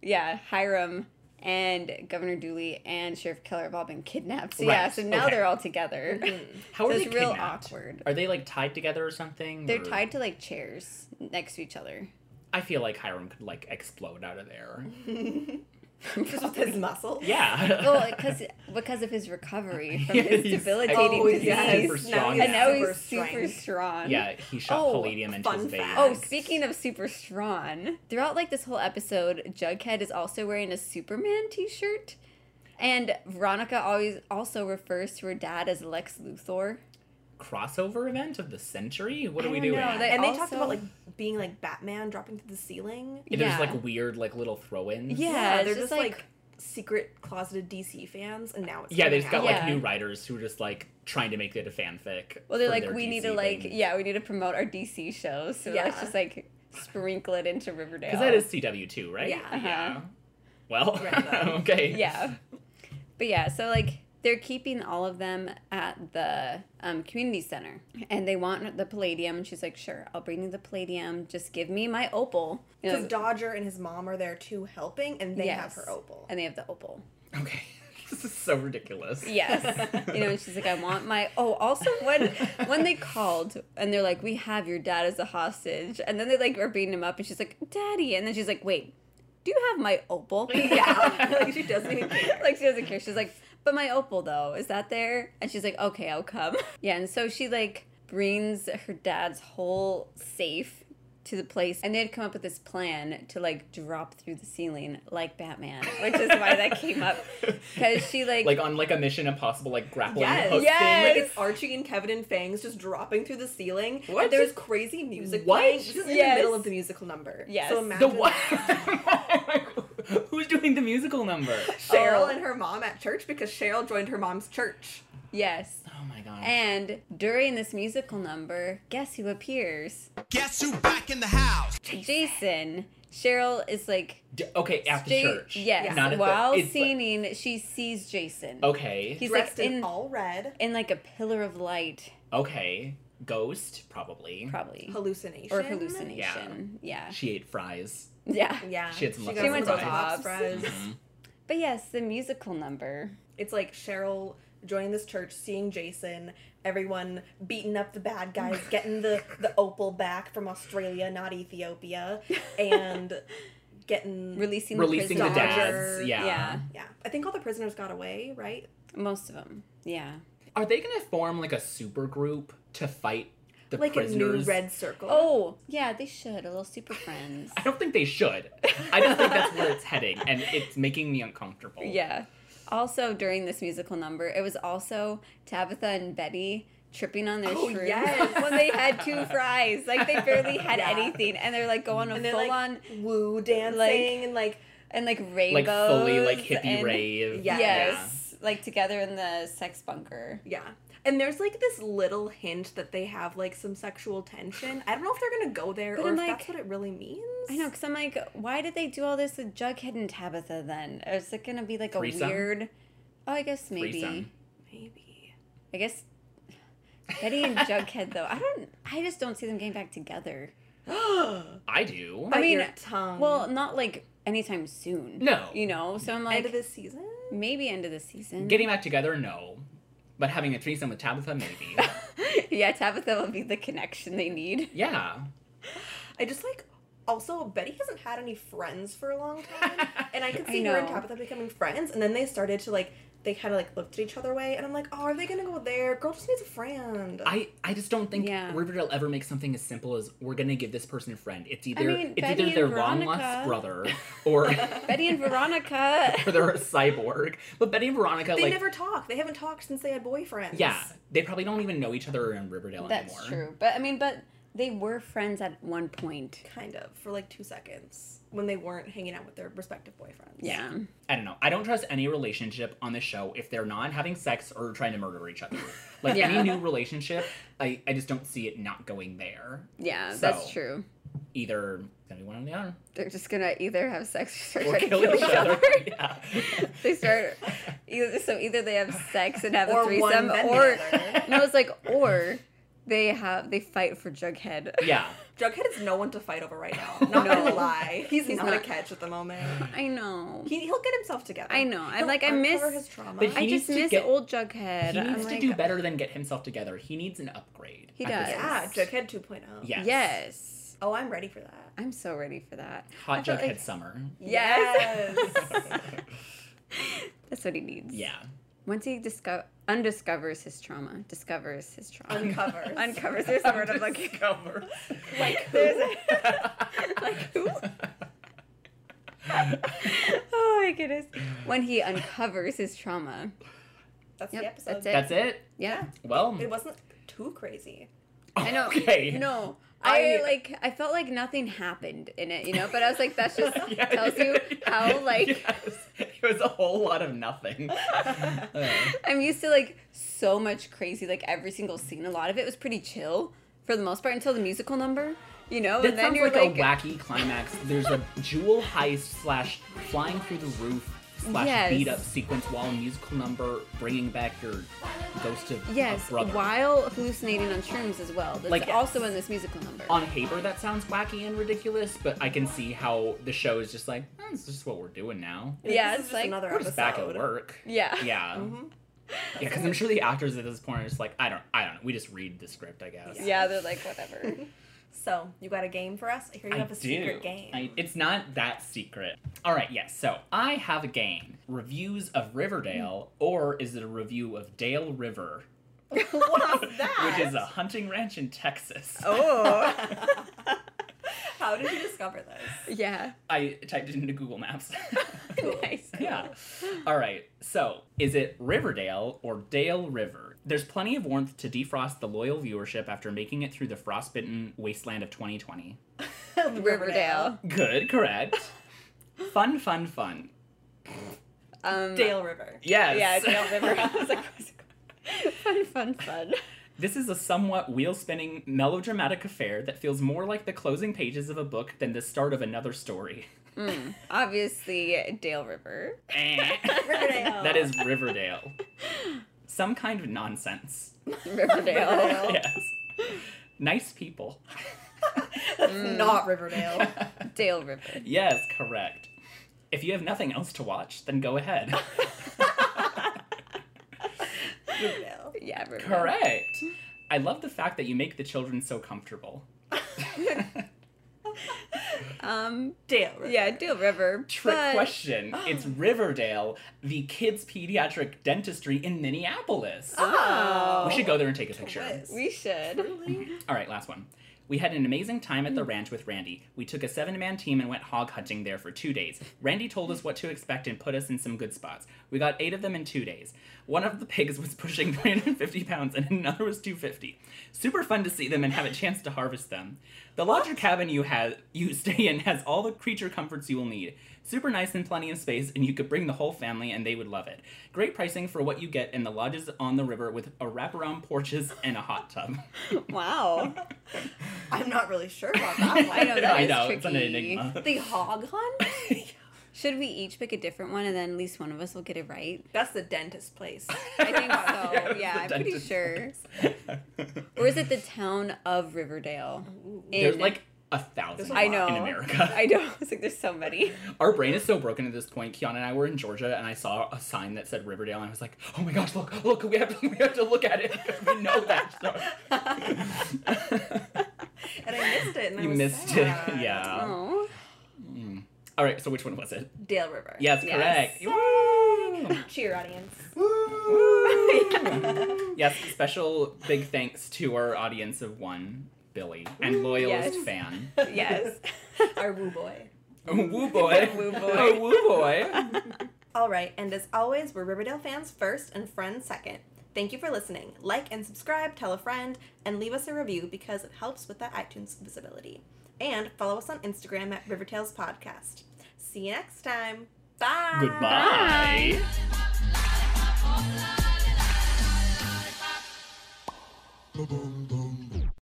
Speaker 3: yeah, Hiram and Governor Dooley and Sheriff Keller have all been kidnapped. So yeah,
Speaker 2: Right,
Speaker 3: so now
Speaker 2: okay. Mm-hmm.
Speaker 3: they're all together. <laughs>
Speaker 2: How
Speaker 3: So
Speaker 2: are they
Speaker 3: it's real
Speaker 2: kidnapped?
Speaker 3: awkward.
Speaker 2: Are they like tied together or something?
Speaker 3: They're
Speaker 2: or-
Speaker 3: tied to like chairs next to
Speaker 2: <laughs>
Speaker 3: each other.
Speaker 2: I feel like Hiram could like explode out of
Speaker 3: <laughs>
Speaker 2: there.
Speaker 1: Just with his muscle.
Speaker 2: Yeah.
Speaker 3: Well,
Speaker 2: <laughs>
Speaker 3: because because of his recovery from
Speaker 2: Yeah,
Speaker 3: his
Speaker 2: he's-
Speaker 3: debilitating
Speaker 2: Oh,
Speaker 3: disease,
Speaker 2: he's super strong
Speaker 3: and now
Speaker 1: super
Speaker 3: he's super
Speaker 1: strong.
Speaker 3: strong.
Speaker 2: yeah, he shot
Speaker 3: Oh,
Speaker 2: palladium into
Speaker 1: fun
Speaker 2: his veins.
Speaker 1: fact.
Speaker 3: Oh, speaking of super strong, throughout like this whole episode, Jughead is also wearing a Superman t-shirt, and Veronica always also refers to her dad as Lex Luthor.
Speaker 2: crossover event of the century? What
Speaker 3: I
Speaker 2: are we
Speaker 3: don't
Speaker 2: doing?
Speaker 3: know, they-
Speaker 1: And they talked
Speaker 3: Also-
Speaker 1: about like being like Batman dropping through the ceiling.
Speaker 2: Yeah,
Speaker 3: Yeah.
Speaker 2: There's like weird like little throw-ins.
Speaker 3: Yeah, it's
Speaker 1: they're
Speaker 3: just
Speaker 1: just,
Speaker 3: like-
Speaker 1: like, secret closeted DC fans, and now it's
Speaker 2: Yeah,
Speaker 1: coming
Speaker 2: they've got
Speaker 1: out.
Speaker 2: like
Speaker 3: Yeah.
Speaker 2: new writers who are just like trying to make it a fanfic.
Speaker 3: Well, they're
Speaker 2: for
Speaker 3: like,
Speaker 2: their
Speaker 3: we need
Speaker 2: DC
Speaker 3: to like,
Speaker 2: thing.
Speaker 3: yeah, we need to promote our DC shows, so let's
Speaker 1: Yeah.
Speaker 3: just like sprinkle it into Riverdale.
Speaker 2: Because that is CW too, right?
Speaker 1: Yeah. Uh-huh.
Speaker 2: Well,
Speaker 1: Right, though.
Speaker 2: <laughs> okay.
Speaker 3: yeah, but yeah, so like they're keeping all of them at the um, community center, and they want the Palladium. And she's like, sure, I'll bring you the Palladium. Just give me my opal. You know,
Speaker 1: because Dodger and his mom are there too, helping, and they have
Speaker 3: Yes.
Speaker 1: her opal.
Speaker 3: and they have the opal.
Speaker 2: Okay. <laughs> This is so ridiculous. <laughs>
Speaker 3: <laughs> Yes. you know, and she's like, I want my oh, also when when they called and they're like, We have your dad as a hostage and then they like are beating him up and she's like, Daddy and then she's like, Wait, do you have my opal? <laughs>
Speaker 1: yeah, like she doesn't even care.
Speaker 3: like she doesn't care. She's like, But my opal though, is that there? And she's like, Okay, I'll come. <laughs> Yeah, and so she like brings her dad's whole safe to the place and they had come up with this plan to like drop through the ceiling like Batman, which is why that came up. Because she like
Speaker 2: Like on like a Mission Impossible like grappling
Speaker 1: Yes.
Speaker 2: hook
Speaker 3: Yes.
Speaker 1: Like it's Archie and Kevin and Fangs just dropping through the ceiling.
Speaker 2: What?
Speaker 1: And there's crazy music
Speaker 2: What?
Speaker 1: playing. This is in
Speaker 3: Yes.
Speaker 1: the middle of the musical number.
Speaker 3: Yes.
Speaker 1: So
Speaker 2: thing.
Speaker 1: imagine
Speaker 2: The what? <laughs> Who's doing the musical
Speaker 3: <laughs>
Speaker 2: number?
Speaker 1: Cheryl
Speaker 3: Oh.
Speaker 1: and her mom at church because Cheryl joined her mom's church.
Speaker 3: Yes.
Speaker 2: Oh my god.
Speaker 3: And during this musical number, guess who appears?
Speaker 5: Guess who back in the house?
Speaker 3: Jason. Cheryl is like
Speaker 2: D- okay, after
Speaker 3: Ja-
Speaker 2: church.
Speaker 3: Yes.
Speaker 2: Not at the-
Speaker 3: While
Speaker 2: it's like- Oh.
Speaker 3: singing, she sees Jason.
Speaker 2: Okay.
Speaker 3: He's
Speaker 1: dressed
Speaker 3: like
Speaker 1: in,
Speaker 3: in in,
Speaker 1: all red.
Speaker 3: like a pillar of light,
Speaker 2: okay. Ghost, probably.
Speaker 3: probably.
Speaker 1: Hallucination.
Speaker 3: or hallucination. Yeah.
Speaker 2: She ate fries. Mm-hmm.
Speaker 3: Yeah.
Speaker 1: Yeah.
Speaker 2: She had some
Speaker 1: got
Speaker 2: She went
Speaker 1: those
Speaker 2: to
Speaker 1: box
Speaker 3: Bob's.
Speaker 1: fries.
Speaker 3: But yes, the musical number.
Speaker 1: It's like Cheryl joining this church, seeing Jason, everyone beating up the bad
Speaker 3: <laughs>
Speaker 1: guys, getting the the opal back from Australia, not Ethiopia, and getting
Speaker 3: <laughs> Releasing the
Speaker 2: Releasing the,
Speaker 1: prison
Speaker 3: prisoners.
Speaker 1: Dodger.
Speaker 2: dads. Yeah.
Speaker 3: Yeah.
Speaker 1: yeah. I think all the prisoners got away, right?
Speaker 3: Most of them. Yeah.
Speaker 2: Are they gonna form like a super group to fight the
Speaker 1: like
Speaker 2: prisoners?
Speaker 1: a new red circle.
Speaker 3: Oh, yeah, they should. A little super friends.
Speaker 2: I don't think they should. I don't think that's where it's heading, and it's making me uncomfortable.
Speaker 3: Yeah. Also, during this musical number, it was also Tabitha and Betty tripping on their
Speaker 1: Oh,
Speaker 3: shrooms <laughs>
Speaker 1: yes.
Speaker 3: when they had two fries. Like they
Speaker 1: <laughs>
Speaker 3: barely had
Speaker 1: Yeah.
Speaker 3: anything, and they're like going
Speaker 1: and
Speaker 3: full
Speaker 1: they're like
Speaker 3: on
Speaker 1: woo dancing
Speaker 3: like-
Speaker 1: and like
Speaker 3: and like
Speaker 2: Like
Speaker 3: rainbows,
Speaker 2: fully like hippie
Speaker 3: and-
Speaker 2: rave.
Speaker 1: Yeah.
Speaker 3: Yes, like together in the sex bunker.
Speaker 1: yeah. And there's like this little hint that they have like some sexual tension. I don't know if they're gonna go there
Speaker 3: But
Speaker 1: or
Speaker 3: I'm
Speaker 1: if
Speaker 3: like-
Speaker 1: that's what it really means.
Speaker 3: I know, because I'm like, why did they do all this with Jughead and Tabitha then? Is it going to be like a
Speaker 2: Threesome?
Speaker 3: weird. Oh, I guess maybe.
Speaker 2: Threesome.
Speaker 3: <gasps>
Speaker 1: Maybe.
Speaker 3: I guess Betty and Jughead, though. I don't. I just don't see them getting back together.
Speaker 2: I do.
Speaker 1: Bite
Speaker 3: mean,
Speaker 1: your tongue.
Speaker 3: Well, not like anytime soon.
Speaker 2: No.
Speaker 3: You know? So I'm
Speaker 1: end
Speaker 3: like,
Speaker 1: of this season.
Speaker 3: maybe end of the season.
Speaker 2: Getting back together, no. But having a threesome with Tabitha,
Speaker 3: <laughs>
Speaker 2: maybe.
Speaker 3: <laughs> yeah, Tabitha will be the connection they need.
Speaker 2: yeah.
Speaker 1: I just like. Also, Betty hasn't had any friends for a long time, and I could
Speaker 3: I
Speaker 1: see her and
Speaker 3: know.
Speaker 1: Tabitha becoming friends. And then they started to like. They kind of like looked at each other way, and I'm like, oh, are they gonna go there? Girl just needs a friend.
Speaker 2: I, I just don't think
Speaker 3: Yeah.
Speaker 2: Riverdale ever makes something as simple as we're gonna give this person a friend. It's either
Speaker 3: mean,
Speaker 2: it's
Speaker 3: Betty
Speaker 2: either their
Speaker 3: and
Speaker 2: long
Speaker 3: Veronica.
Speaker 2: lost
Speaker 3: <laughs>
Speaker 2: brother or
Speaker 3: Betty and Veronica.
Speaker 2: <laughs> or they're a cyborg. But Betty and Veronica
Speaker 1: they
Speaker 2: like
Speaker 1: never talk. They haven't talked since they had boyfriends.
Speaker 2: Yeah. They probably don't even know each other in Riverdale
Speaker 3: That's
Speaker 2: anymore.
Speaker 3: true. But I mean, but they were friends at one point.
Speaker 1: Kind of for like two seconds when they weren't hanging out with their respective boyfriends.
Speaker 3: Yeah.
Speaker 2: I don't know. I don't trust any relationship on this show if they're not having sex or trying to murder each
Speaker 3: <laughs>
Speaker 2: other. Like
Speaker 3: Yeah.
Speaker 2: any new relationship, I, I just don't see it not going there.
Speaker 3: Yeah,
Speaker 2: So-
Speaker 3: that's true.
Speaker 2: Either it's gonna be one or the other.
Speaker 3: They're just gonna either have sex or start
Speaker 2: Or
Speaker 3: trying to kill each other.
Speaker 2: <laughs> yeah.
Speaker 3: <laughs> they start either so either they have sex and have
Speaker 1: Or
Speaker 3: a
Speaker 1: one,
Speaker 3: threesome
Speaker 1: then the
Speaker 3: or <laughs>
Speaker 1: other.
Speaker 3: no, it's like or they have they fight for Jughead.
Speaker 2: yeah.
Speaker 1: Jughead is no one to fight over right now. Not gonna lie, he's,
Speaker 3: He's
Speaker 1: not, a
Speaker 3: not.
Speaker 1: catch at the moment.
Speaker 3: I know.
Speaker 1: He he'll get himself together.
Speaker 3: I know. I'm
Speaker 1: He'll
Speaker 3: like, I miss-
Speaker 1: uncover his trauma.
Speaker 2: But
Speaker 3: I
Speaker 2: he needs
Speaker 3: just
Speaker 2: to
Speaker 3: miss
Speaker 2: get-
Speaker 3: old Jughead.
Speaker 2: He
Speaker 3: I'm
Speaker 2: needs to
Speaker 3: uh, like,
Speaker 2: do better than get himself together. He needs an upgrade.
Speaker 3: He
Speaker 2: at this
Speaker 1: yeah,
Speaker 3: does. Yes.
Speaker 1: Jughead oh. 2.0.
Speaker 2: Yes.
Speaker 3: Yes.
Speaker 1: Oh, I'm ready for
Speaker 3: <laughs>
Speaker 1: that.
Speaker 3: I'm so ready for that. I
Speaker 2: Hot
Speaker 3: feel
Speaker 2: Jughead
Speaker 3: like-
Speaker 2: summer.
Speaker 3: Yes.
Speaker 2: <laughs>
Speaker 3: That's what he needs.
Speaker 2: Yeah.
Speaker 3: Once he disco- undiscovers his trauma, discovers his trauma.
Speaker 1: Uncovers. <laughs>
Speaker 3: Uncovers. There's a word I'm like.
Speaker 2: cover.
Speaker 3: <laughs> Like there's a, like who? <laughs> oh my goodness. When he uncovers his trauma.
Speaker 1: That's
Speaker 3: Yep,
Speaker 1: the episode.
Speaker 3: that's
Speaker 2: That's it.
Speaker 3: Yeah.
Speaker 2: Well,
Speaker 1: It wasn't too crazy.
Speaker 3: I know.
Speaker 2: Okay. <laughs>
Speaker 3: No. I,
Speaker 1: I-
Speaker 3: like I felt like nothing happened in it, you know, but I was like that's just
Speaker 2: <laughs> Yeah,
Speaker 3: tells you
Speaker 2: <laughs> yeah,
Speaker 3: how like
Speaker 2: yes. it was a whole lot of
Speaker 3: <laughs>
Speaker 2: nothing. Uh,
Speaker 3: I'm used to like so much crazy like every single scene. A lot of it was pretty chill for the most part until the musical number, you know,
Speaker 2: that
Speaker 3: and then
Speaker 2: sounds
Speaker 3: you're
Speaker 2: like,
Speaker 3: like,
Speaker 2: a wacky climax. There's a jewel heist slash flying through the roof slash
Speaker 3: Yes.
Speaker 2: beat up sequence while musical number bringing back your ghost of of
Speaker 3: yes,
Speaker 2: brother.
Speaker 3: while hallucinating on shrooms as well. That's
Speaker 2: Like-
Speaker 3: also in this musical number.
Speaker 2: On paper, that sounds wacky and ridiculous, but I can see how the show is just like, "Eh, it's just what we're doing now.
Speaker 3: Yeah,
Speaker 1: This is
Speaker 3: it's
Speaker 1: just
Speaker 3: like-
Speaker 1: another
Speaker 2: We're just back at
Speaker 1: episode.
Speaker 3: <laughs>
Speaker 1: Mm-hmm.
Speaker 2: work.
Speaker 3: yeah.
Speaker 2: Yeah.
Speaker 3: Mm-hmm.
Speaker 2: Yeah, because I'm sure the actors at this point are just like, I don't, I don't know. We just read the script, I guess.
Speaker 3: Yeah, they're like whatever. <laughs>
Speaker 1: So you got a game for us? I hear you
Speaker 2: I
Speaker 1: have a secret
Speaker 2: do.
Speaker 1: game.
Speaker 2: I- it's not that secret. All right, yes. So I have a game: reviews of Riverdale,
Speaker 3: Hmm.
Speaker 2: or is it a review of Dale River,
Speaker 1: <laughs> what is that?
Speaker 2: which is a hunting ranch in Texas?
Speaker 1: <laughs>
Speaker 3: oh.
Speaker 1: How did you discover
Speaker 3: <laughs>
Speaker 1: this?
Speaker 3: Yeah.
Speaker 2: I typed it into Google Maps.
Speaker 3: <laughs>
Speaker 2: <laughs>
Speaker 3: Nice.
Speaker 2: yeah. All right. So, is it Riverdale or Dale River? There's plenty of warmth to defrost the loyal viewership after making it through the frostbitten wasteland of 2020.
Speaker 3: Riverdale.
Speaker 2: Good, correct. <laughs> fun, fun, fun.
Speaker 3: Um,
Speaker 1: Dale River.
Speaker 2: Yes.
Speaker 3: Yeah, Dale <laughs> River.
Speaker 2: <laughs>
Speaker 3: I was like, what's it called? fun, <laughs> fun, fun.
Speaker 2: This is a somewhat wheel spinning, melodramatic affair that feels more like the closing pages of a book than the start of another story.
Speaker 3: Hmm. Obviously, Dale River.
Speaker 2: Eh.
Speaker 1: Riverdale.
Speaker 2: <laughs> that is
Speaker 3: <laughs>
Speaker 2: Riverdale. Some kind of nonsense. <laughs>
Speaker 3: Riverdale.
Speaker 2: Yes. Nice people.
Speaker 1: <laughs> That's
Speaker 3: Mm.
Speaker 1: not
Speaker 2: <laughs>
Speaker 3: Oh.
Speaker 1: Riverdale.
Speaker 3: <laughs> Dale River.
Speaker 2: Yes, correct. If you have nothing else to watch, then
Speaker 1: <laughs>
Speaker 2: go ahead.
Speaker 1: Riverdale.
Speaker 3: Yeah, River.
Speaker 2: correct. I love the fact that you make the children
Speaker 1: <laughs>
Speaker 2: so comfortable.
Speaker 3: Um,
Speaker 1: Dale River.
Speaker 3: yeah, Dale River.
Speaker 2: Trick
Speaker 3: but
Speaker 1: <gasps>
Speaker 2: question. It's Riverdale, the kids' pediatric dentistry in Minneapolis.
Speaker 1: Oh.
Speaker 2: We should go there and take a picture.
Speaker 1: Twist.
Speaker 3: We should.
Speaker 1: Really?
Speaker 2: All right, last one. We had an amazing time at the ranch with Randy. We took a seven man team and went hog hunting there for two days. Randy told us what to expect and put us in some good spots. We got eight of them in two days. One of the pigs was pushing <laughs> 350 pounds and another was 250. Super fun to see them and have a chance <laughs> to harvest them. The lodger cabin you, have, you stay in has all the creature comforts you will need. Super nice and plenty of space, and you could bring the whole family and they would love it. Great pricing for what you get in the lodges on the river with a wraparound porches and a hot tub.
Speaker 3: <laughs>
Speaker 2: <laughs>
Speaker 3: Wow.
Speaker 1: I'm not really sure about that
Speaker 2: <laughs>
Speaker 3: I know
Speaker 1: one.
Speaker 3: that
Speaker 2: I
Speaker 3: is
Speaker 2: know,
Speaker 3: tricky.
Speaker 2: it's an enigma.
Speaker 1: the hog hunt?
Speaker 3: Should we each pick a different one and then at least one of us will get it right?
Speaker 1: <laughs> That's the dentist place.
Speaker 2: <laughs>
Speaker 3: I think so.
Speaker 2: it's
Speaker 3: yeah,
Speaker 2: the
Speaker 3: I'm pretty
Speaker 2: dentist
Speaker 3: <laughs> sure. Or is it the town of Riverdale?
Speaker 2: There's
Speaker 3: In-
Speaker 2: like a thousand
Speaker 1: I
Speaker 2: in
Speaker 3: know.
Speaker 2: America.
Speaker 3: <laughs> I know. It's like there's so many.
Speaker 2: <laughs> Our brain is so broken at this point. Kiana and I were in Georgia, and I saw a sign that said Riverdale, and I was like, "Oh my gosh, look, look! We have to, we have to look at it because we know
Speaker 3: <laughs>
Speaker 2: that." stuff."
Speaker 1: And I missed it. And I
Speaker 2: you
Speaker 1: was
Speaker 2: missed
Speaker 1: sad.
Speaker 2: it, <laughs> yeah.
Speaker 3: Oh.
Speaker 2: All right, so which one was it?
Speaker 1: Dale River. <laughs>
Speaker 2: Yes,
Speaker 3: Yes.
Speaker 2: correct. Woo!
Speaker 1: Cheer audience.
Speaker 2: <laughs> yes, special big thanks to our audience of one, Billy, and loyalist
Speaker 3: Yes.
Speaker 2: fan.
Speaker 3: <laughs> Yes.
Speaker 1: Our woo boy.
Speaker 2: woo boy,
Speaker 3: Woo boy.
Speaker 2: oh woo boy.
Speaker 1: All right, and as always, we're Riverdale fans first and friends second. Thank you for listening. Like and subscribe, tell a friend, and leave us a review because it helps with that iTunes visibility. And follow us on Instagram at Rivertales Podcast. See you next time. Bye.
Speaker 2: Goodbye.
Speaker 5: Boom, boom, boom.